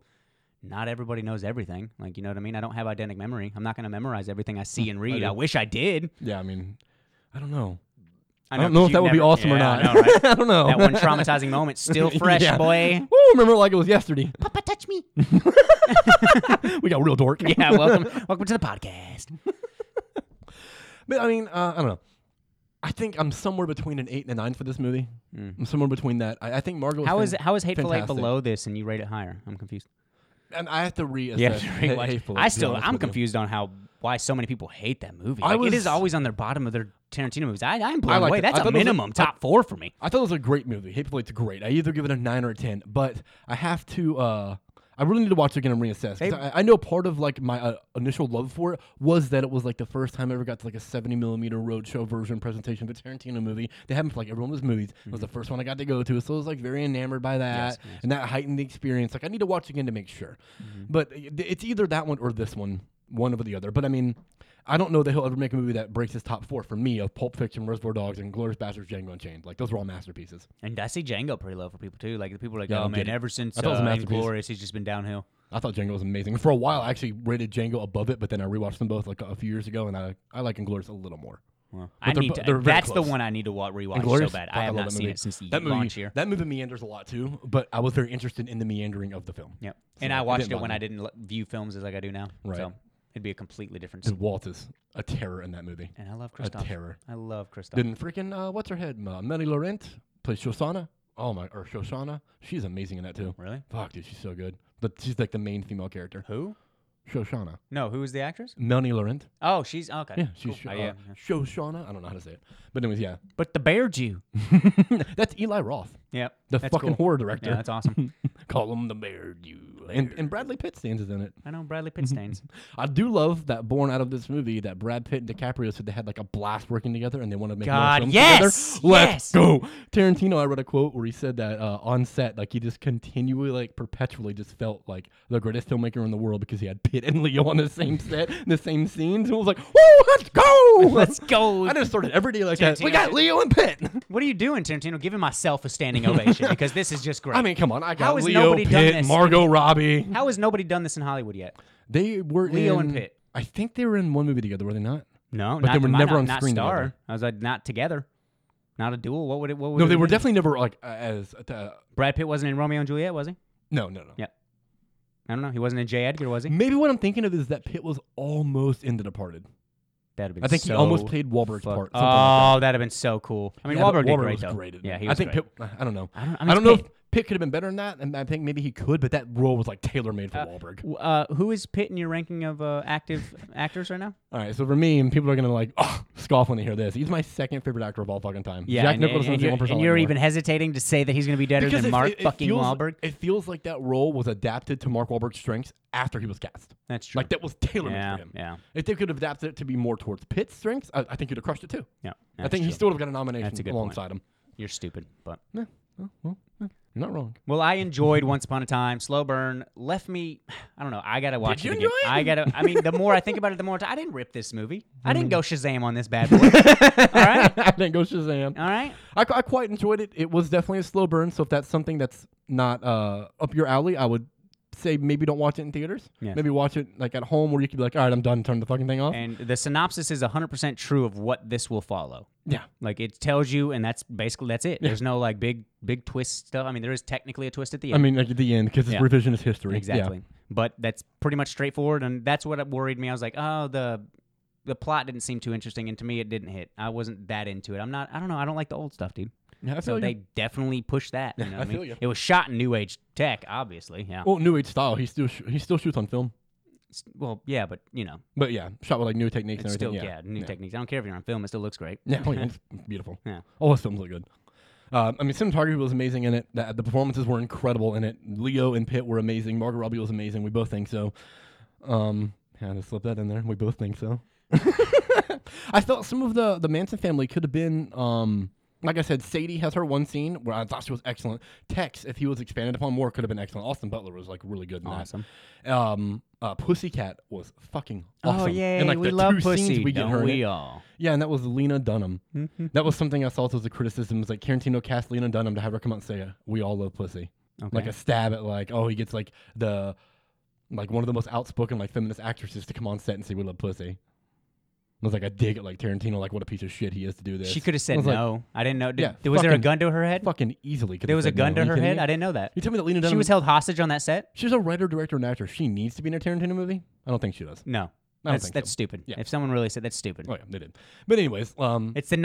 not everybody knows everything. Like you know what I mean? I don't have identic memory. I'm not gonna memorize everything I Hmm, see and read. I, wish I did. Yeah, I mean, I don't know. I, know, don't know 'cause if you that would be never- awesome or Yeah, I not. know, right? I don't know. that one traumatizing moment still fresh, Yeah. boy. Woo, remember like it was yesterday. Papa, touch me. we got real dork. yeah, welcome, welcome to the podcast. But I mean, uh, I don't know. I think I'm somewhere between an eight and a nine for this movie. I'm somewhere between that. I, I think Margot. How fan- is it, how is Hateful fantastic. Eight below this and you rate it higher? I'm confused. And I have to reassess. Yeah, Ha- Hateful Eight, I to be still honest I'm with you. confused on how why so many people hate that movie. I Like, it was- is always on their bottom of their Tarantino movies. I, I'm blown I liked away. it. I That's thought a it was a- minimum top four for me. I thought it was a great movie. Hateful Eight's great. I either give it a nine or a ten, but I have to. Uh, I really need to watch it again and reassess. 'cause I, I know part of like my uh, initial love for it was that it was like the first time I ever got to like a seventy millimeter roadshow version presentation of a Tarantino movie. They happened for like every one of his movies. It was the first one I got to go to, so I was like very enamored by that, and that heightened the experience. Like I need to watch again to make sure. But it- it's either that one or this one, one over the other. But I mean, I don't know that he'll ever make a movie that breaks his top four for me of Pulp Fiction, Reservoir Dogs, and Glorious Bastards, Django Unchained. Like those were all masterpieces. And I see Django pretty low for people too. Like the people are like, Yeah, oh I'm man, getting- ever since I thought it was a uh, masterpiece. Inglorious, he's just been downhill. I thought Django was amazing. For a while, I actually rated Django above it, but then I rewatched them both like a few years ago, and I, I like Inglorious a little more. I they're need bu- to, they're very that's the close. one I need to wa- rewatch Inglorious? so bad. Fuck, I have love not that seen movie. it since the that movie, launch here. That movie meanders a lot too, but I was very interested in the meandering of the film. Yep. So And I it watched didn't it when bother I didn't l- view films as like I do now. Right. So it'd be a completely different. And Walt is a terror in that movie. And I love Christoph. terror. I love Christoph. Didn't freaking uh, what's her head? Uh, Melanie Laurent plays Shoshana. Oh my, or Shoshana. She's amazing in that too. Really? Fuck, dude, she's so good. But she's like the main female character. Who? Shoshana. No, who is the actress? Melanie Laurent. Oh, she's okay. Yeah, she's cool. Sho- Oh, yeah, uh, yeah. Shoshana. I don't know how to say it, but anyways, yeah, But the bear Jew. that's Eli Roth, Yep. the that's fucking cool. horror director. Yeah, that's awesome. Call him the mayor, you. And and Bradley Pitt stands is in it. I know Bradley Pitt stains. I do love that born out of this movie that Brad Pitt and DiCaprio said they had like a blast working together and they wanted to make God, more films yes! together. Let's Yes! go. Tarantino, I read a quote where he said that uh, on set, like he just continually, like perpetually, just felt like the greatest filmmaker in the world because he had Pitt and Leo on the same set, in the same scenes. And I was like, whoa, let's go, Let's go. I just started every day like that. We Tarantino got did- Leo and Pitt. What are you doing, Tarantino? Giving myself a standing ovation because this is just great. I mean, come on, I got has Leo, nobody done Pitt, this? Margot Robbie. how has nobody done this in Hollywood yet? They were Leo in, and Pitt. I think they were in one movie together, were they not? No, But not they were to my- never not, on not screen star. together. I was like not together, not a duel. What would it? What would No, it they have were been? definitely never like uh, as uh, Brad Pitt wasn't in Romeo and Juliet, was he? no, no, no. Yeah. I don't know. He wasn't in J. Edgar, was he? Maybe what I'm thinking of is that Pitt was almost in The Departed. That'd have been. I think he so almost played Wahlberg's fuck- part. Oh, something like that'd have been so cool. I that. mean, Yeah, but Wahlberg did Wahlberg great was though. great. in yeah, it. he I was think great. Pitt. I don't know. I don't, I I, mean, don't it's know Pitt. if Pitt could have been better than that, and I think maybe he could, but that role was like tailor made for Wahlberg. W- Uh, who is Pitt in your ranking of uh, active actors right now? All right, so for me, and people are gonna like oh, scoff when they hear this. He's my second favorite actor of all fucking time. Jack and, Nicholson's and the you're, only person. I and like you're more. even hesitating to say that he's going to be better Because than it- Mark it- it fucking feels- Wahlberg. It feels like that role was adapted to Mark Wahlberg's strengths after he was cast. That's true. Like that was tailor made yeah, for him. yeah, If they could have adapted it to be more towards Pitt's strengths, I, I think he'd have crushed it too. yeah. I think he still would have got a nomination That's a good point. alongside him. You're stupid, but Yeah. Well, well, yeah. You're not wrong. well, I enjoyed Once Upon a Time. Slow burn left me. I don't know. I gotta watch you it enjoy it? again. I gotta. I mean, the more I think about it, the more I didn't rip this movie. I didn't go Mm. Shazam on this bad boy. All right, I didn't go Shazam. all right. I, qu- I quite enjoyed it. It was definitely a slow burn. So if that's something that's not uh, up your alley, I would say maybe don't watch it in theaters. Yes. Maybe watch it like at home where you could be like, all right, I'm done. Turn the fucking thing off. And the synopsis is 100% true of what this will follow. yeah. Like it tells you, and that's basically that's it. There's no like big big twist stuff. I mean, there is technically a twist at the end. I mean, like at the end because it's Yeah. revisionist history. Yeah. Exactly. But that's pretty much straightforward, and that's what worried me. I was like, oh, the the plot didn't seem too interesting, and to me, it didn't hit. I wasn't that into it. I'm not. I don't know. I don't like the old stuff, dude. Yeah, I feel So you. they definitely push that. You know what I I mean? feel you. It was shot in New Age tech, obviously. Yeah. Well, Well, new age style. He still sh- he still shoots on film, yeah, but you know, but yeah, shot with like new techniques it's and everything. still yeah, new techniques. I don't care if you're on film; it still looks great. Yeah, oh, yeah, it's beautiful. Yeah. all his films look good. Um, I mean, cinematography was amazing in it. The, the performances were incredible in it. Leo and Pitt were amazing. Margot Robbie was amazing. We both think so. Um, yeah, to slip that in there. We both think so. I felt some of the the Manson family could have been. Um, like I said, Sadie has her one scene where I thought she was excellent. Tex, if he was expanded upon more, could have been excellent. Austin Butler was like really good. In that. Awesome. Um, uh, Pussycat was fucking awesome. Oh yeah, and like we the love two pussy, scenes we get don't her in we it- all? yeah, and that was Lena Dunham. Mm-hmm. That was something I saw as a criticism. Is like Tarantino cast Lena Dunham to have her come out and say, uh, "We all love pussy," like Okay. a stab at like, oh, he gets like the like one of the most outspoken like feminist actresses to come on set and say, "We love pussy." It was like a dig at like Tarantino, like what a piece of shit he is to do this. She could have I said was like, no. I didn't know. Did, Yeah, was there a fucking- gun to her head? Fucking easily. could There have was a said gun no. Are to you her kidding head. me? I didn't know that. You tell me that Lena Dunham. She was held hostage on that set. She's a writer, director, and actress. She needs to be in a Tarantino movie. I don't think she does. No, I don't that's think that's so. stupid. Yeah. If someone really said that's stupid, Oh yeah, they did. But anyways, um, it's the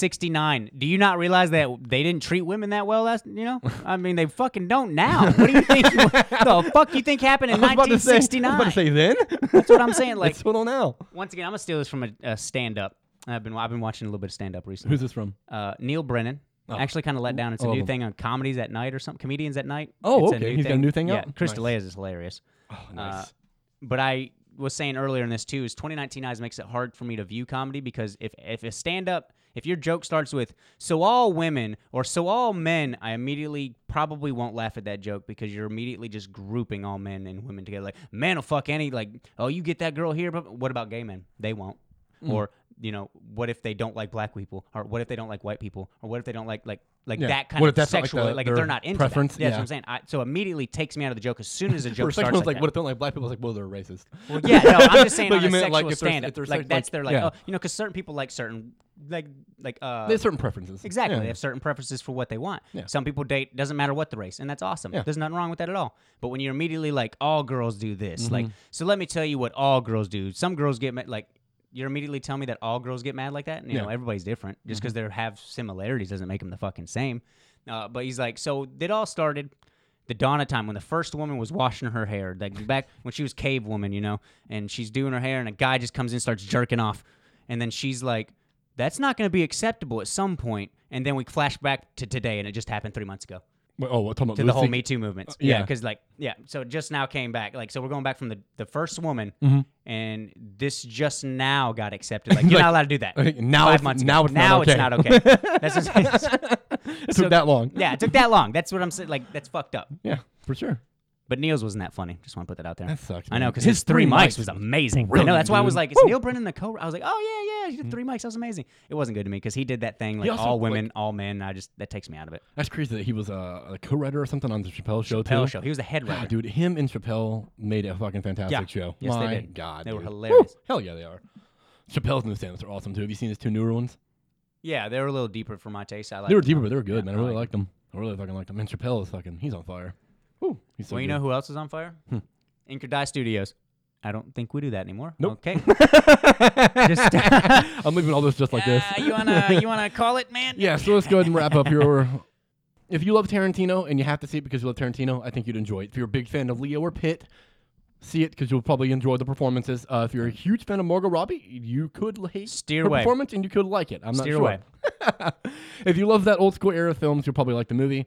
1969. Do you not realize that they didn't treat women that well? Last, you know, I mean, they fucking don't now. What do you think? what the fuck you think happened in I was about to say. I was about 1969? to say then. That's what I'm saying. Like Let's put on now. once again, I'm gonna steal this from a, a stand up. I've been I've been watching a little bit of stand up recently. Who's this from? Uh, Neil Brennan. Oh. Actually, kind of let down. It's a love new him. thing on comedies at night or something. Comedians at night. Oh, It's okay. He's got a new thing yeah, out? Chris Nice. D'Elia is hilarious. Oh, nice. but I was saying earlier in this too is 2019 eyes makes it hard for me to view comedy because if if a stand up if your joke starts with so all women or so all men I immediately probably won't laugh at that joke because you're immediately just grouping all men and women together like man will fuck any like oh you get that girl here but what about gay men they won't Mm. or you know what if they don't like black people or what if they don't like white people or what if they don't like like like Yeah. that kind What of if that's not, like, sexual the- like, if they're their not into preference? that. Yeah, Yeah. that's what I'm saying I, so immediately takes me out of the joke as soon as a For joke a second, starts I was like like, that. what if they don't like black people? I was like, well, they're racist. Yeah, no, I'm just saying But on you a meant, sexual like, if there's- stand up. if there's Like sex- that's like- their like, yeah. oh, you know, because certain people like certain like like uh They have certain preferences. exactly. Yeah. They have certain preferences for what they want. Yeah. Some people date doesn't matter what the race, and that's awesome. Yeah. There's nothing wrong with that at all. But when you're immediately like all girls do this, Mm-hmm. like so, let me tell you what all girls do. Some girls get mad, like you're immediately telling me that all girls get mad like that. You know, Yeah. Mm-hmm. everybody's different. Just because they have similarities doesn't make them the fucking same. Uh, but he's like, so it all started the dawn of time when the first woman was washing her hair, like back when she was cave woman, you know, and she's doing her hair, and a guy just comes in, and starts jerking off, and then she's like, "That's not going to be acceptable at some point." And then we flash back to today, and it just happened three months ago Wait, oh, what, talking about to the whole Lucy? Uh, Me Too movement. yeah, yeah. because like yeah, so it just now came back. Like so, we're going back from the the first woman, Mm-hmm. and this just now got accepted. Like you're not allowed to do that. Okay, now five it's- months now ago. it's not now okay. it's not okay. That's just, It took that long. yeah, it took that long. That's what I'm saying. Like that's fucked up. Yeah, for sure. But Neil's wasn't that funny. Just want to put that out there. That sucks, I know man. because his, His three three mics, mics was was amazing. I know brilliant, that's why I was dude. like, "Is Neil Brennan the co?" I was like, "Oh yeah, yeah, he did three mics. That was amazing." It wasn't good to me because he did that thing like Mm. also, all women, all men. I just that takes me out of it. That's crazy that he was uh, a co-writer or something on the Chappelle Show Chappelle too. show. He was the head God, writer. Ah, dude, him and Chappelle made a fucking fantastic Yeah. show. Yes, they My did. God, They were dude. hilarious. Woo! Hell yeah, they are. Chappelle's new stand-ups are awesome too. Have you seen his two newer ones? Yeah, they were a little deeper for my taste. I like. They were deeper, but they were good, Yeah, man. I I really like liked them. I really fucking liked them. And Chappelle is fucking, he's on fire. Woo, he's so well, you good. Hmm. know who else is on fire? Ink or Die Studios. I don't think we do that anymore. Nope. Okay. Just, uh, I'm leaving all this just like this. you wanna you wanna call it, man? Yeah, so let's go ahead and wrap up your. If you love Tarantino and you have to see it because you love Tarantino, I think you'd enjoy it. If you're a big fan of Leo or Pitt, see it because you'll probably enjoy the performances. Uh, if you're a huge fan of Margot Robbie, you could hate Steer her away. performance and you could like it. I'm not Steer sure. away. if you love that old school era films, you'll probably like the movie.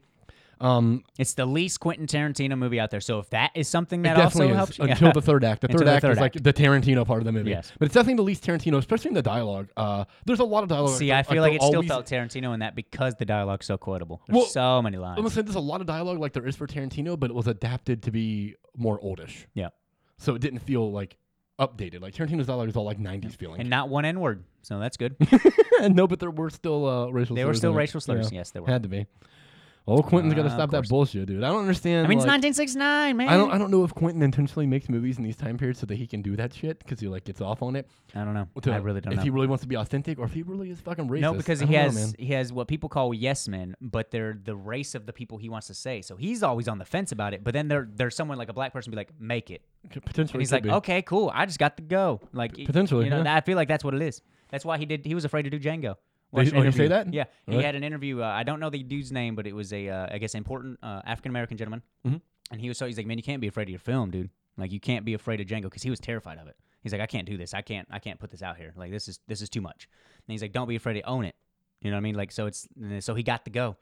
Um, It's the least Quentin Tarantino movie out there. So if that is something it that also definitely helps is you- until the third act. The Until third the act third is like act. the Tarantino part of the movie. Yes. but it's definitely the least Tarantino, especially in the dialogue. Uh, there's a lot of dialogue. See, I they're feel like it still always- felt Tarantino in that because the dialogue's so quotable. There's Well, so many I'm gonna lines. say there's a lot of dialogue like there is for Tarantino, but it was adapted to be more oldish, Yeah. so it didn't feel like updated. Like Tarantino's dialogue is all like '90s feeling. And not one N word. So that's good. no, but there were still uh, racial. They slurs were still in it. racial slurs. Yeah. Yes, they were. had to be. Oh, Quentin's got Uh, to of stop course. that bullshit, dude. I don't understand. I mean, it's like, 1969, man. I don't. I don't know if Quentin intentionally makes movies in these time periods so that he can do that shit because he like gets off on it. I don't know. to- I really don't if know. he really wants to be authentic or if he really is fucking racist. No, because I he don't know, has man. he has what people call yes men, but they're the race of the people he wants to say. So he's always on the fence about it. But then there there's someone like a black person be like, make it, Could- potentially. and he's could like, be. okay, cool, I just got to go. Like y- Potentially, you know, yeah. I feel like that's what it is. That's why he did. He was afraid to do Django They- Watched an oh, you interview. say that? Yeah, he Alright. had an interview. Uh, I don't know the dude's name, but it was a, uh, I guess, important uh, African American gentleman. Mhm. And he was so he's like, man, you can't be afraid of your film, dude. Like you can't be afraid of Django because he was terrified of it. He's like, I can't do this. I can't. I can't put this out here. Like this is this is too much. And he's like, don't be afraid to own it. You know what I mean? Like so it's so he got the go.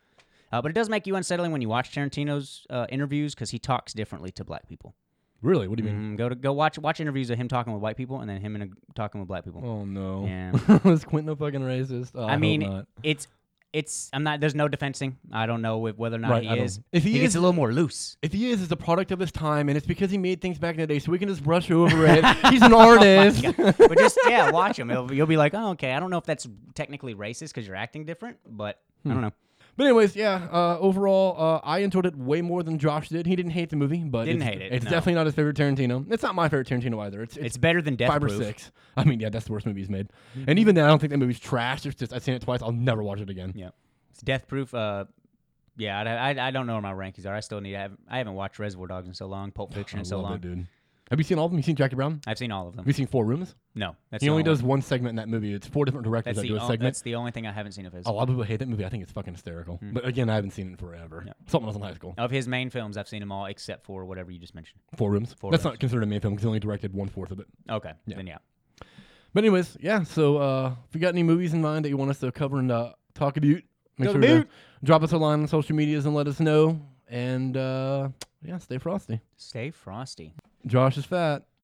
Uh, but it does make you unsettling when you watch Tarantino's uh, interviews because he talks differently to black people. Really? What do you mean? Mm, go to go watch watch interviews of him talking with white people and then him and a, talking with black people. Oh no. Yeah. Was Quentin a fucking racist? Oh, I, I hope mean, not. it's it's I'm not there's no defensing. I don't know if, whether or not Right, I he don't- is. if he gets is- a little more loose. If he is, it's a product of his time, and it's because he made things back in the day, so we can just brush over it. He's an artist. Oh but just yeah, watch him. It'll- you'll be like, oh, okay. I don't know if that's technically racist because you're acting different, but Hmm. I don't know. But anyways, yeah. Uh, overall, uh, I enjoyed it way more than Josh did. He didn't hate the movie, but Didn't it's, hate it, It's no. definitely not his favorite Tarantino. It's not my favorite Tarantino either. It's it's, It's Mm-hmm. better than Death five Proof. or six. I mean, yeah, that's the worst movie he's made. And even then, I don't think that movie's trash. It's just I've seen it twice. I'll never watch it again. Yeah, it's Death Proof. Uh, yeah, I, I, I don't know where my rankings are. I still need. I haven't, I haven't watched Reservoir Dogs in so long. Pulp I Fiction in so love long. it, dude. Have you seen all of them? You seen Jackie Brown? I've seen all of them. Have you seen Four Rooms? No, that's He the only one. does one segment in that movie. It's four different directors That's that the, do a on- segment. that's the only thing I haven't seen of his. A lot of people hate that movie. I think it's fucking hysterical. But again, I haven't seen it forever. Mm. Yeah. Something I was in high school. Of his main films, I've seen them all except for whatever you just mentioned. Four Rooms. Four That's Rooms. not considered a main film because he only directed one fourth of it. Okay, then yeah. But anyways, yeah. So uh, if you got any movies in mind that you want us to cover and uh, talk about, make Talk sure to about. drop us a line on social medias and let us know. And uh, yeah, stay frosty. Stay frosty. Josh is fat.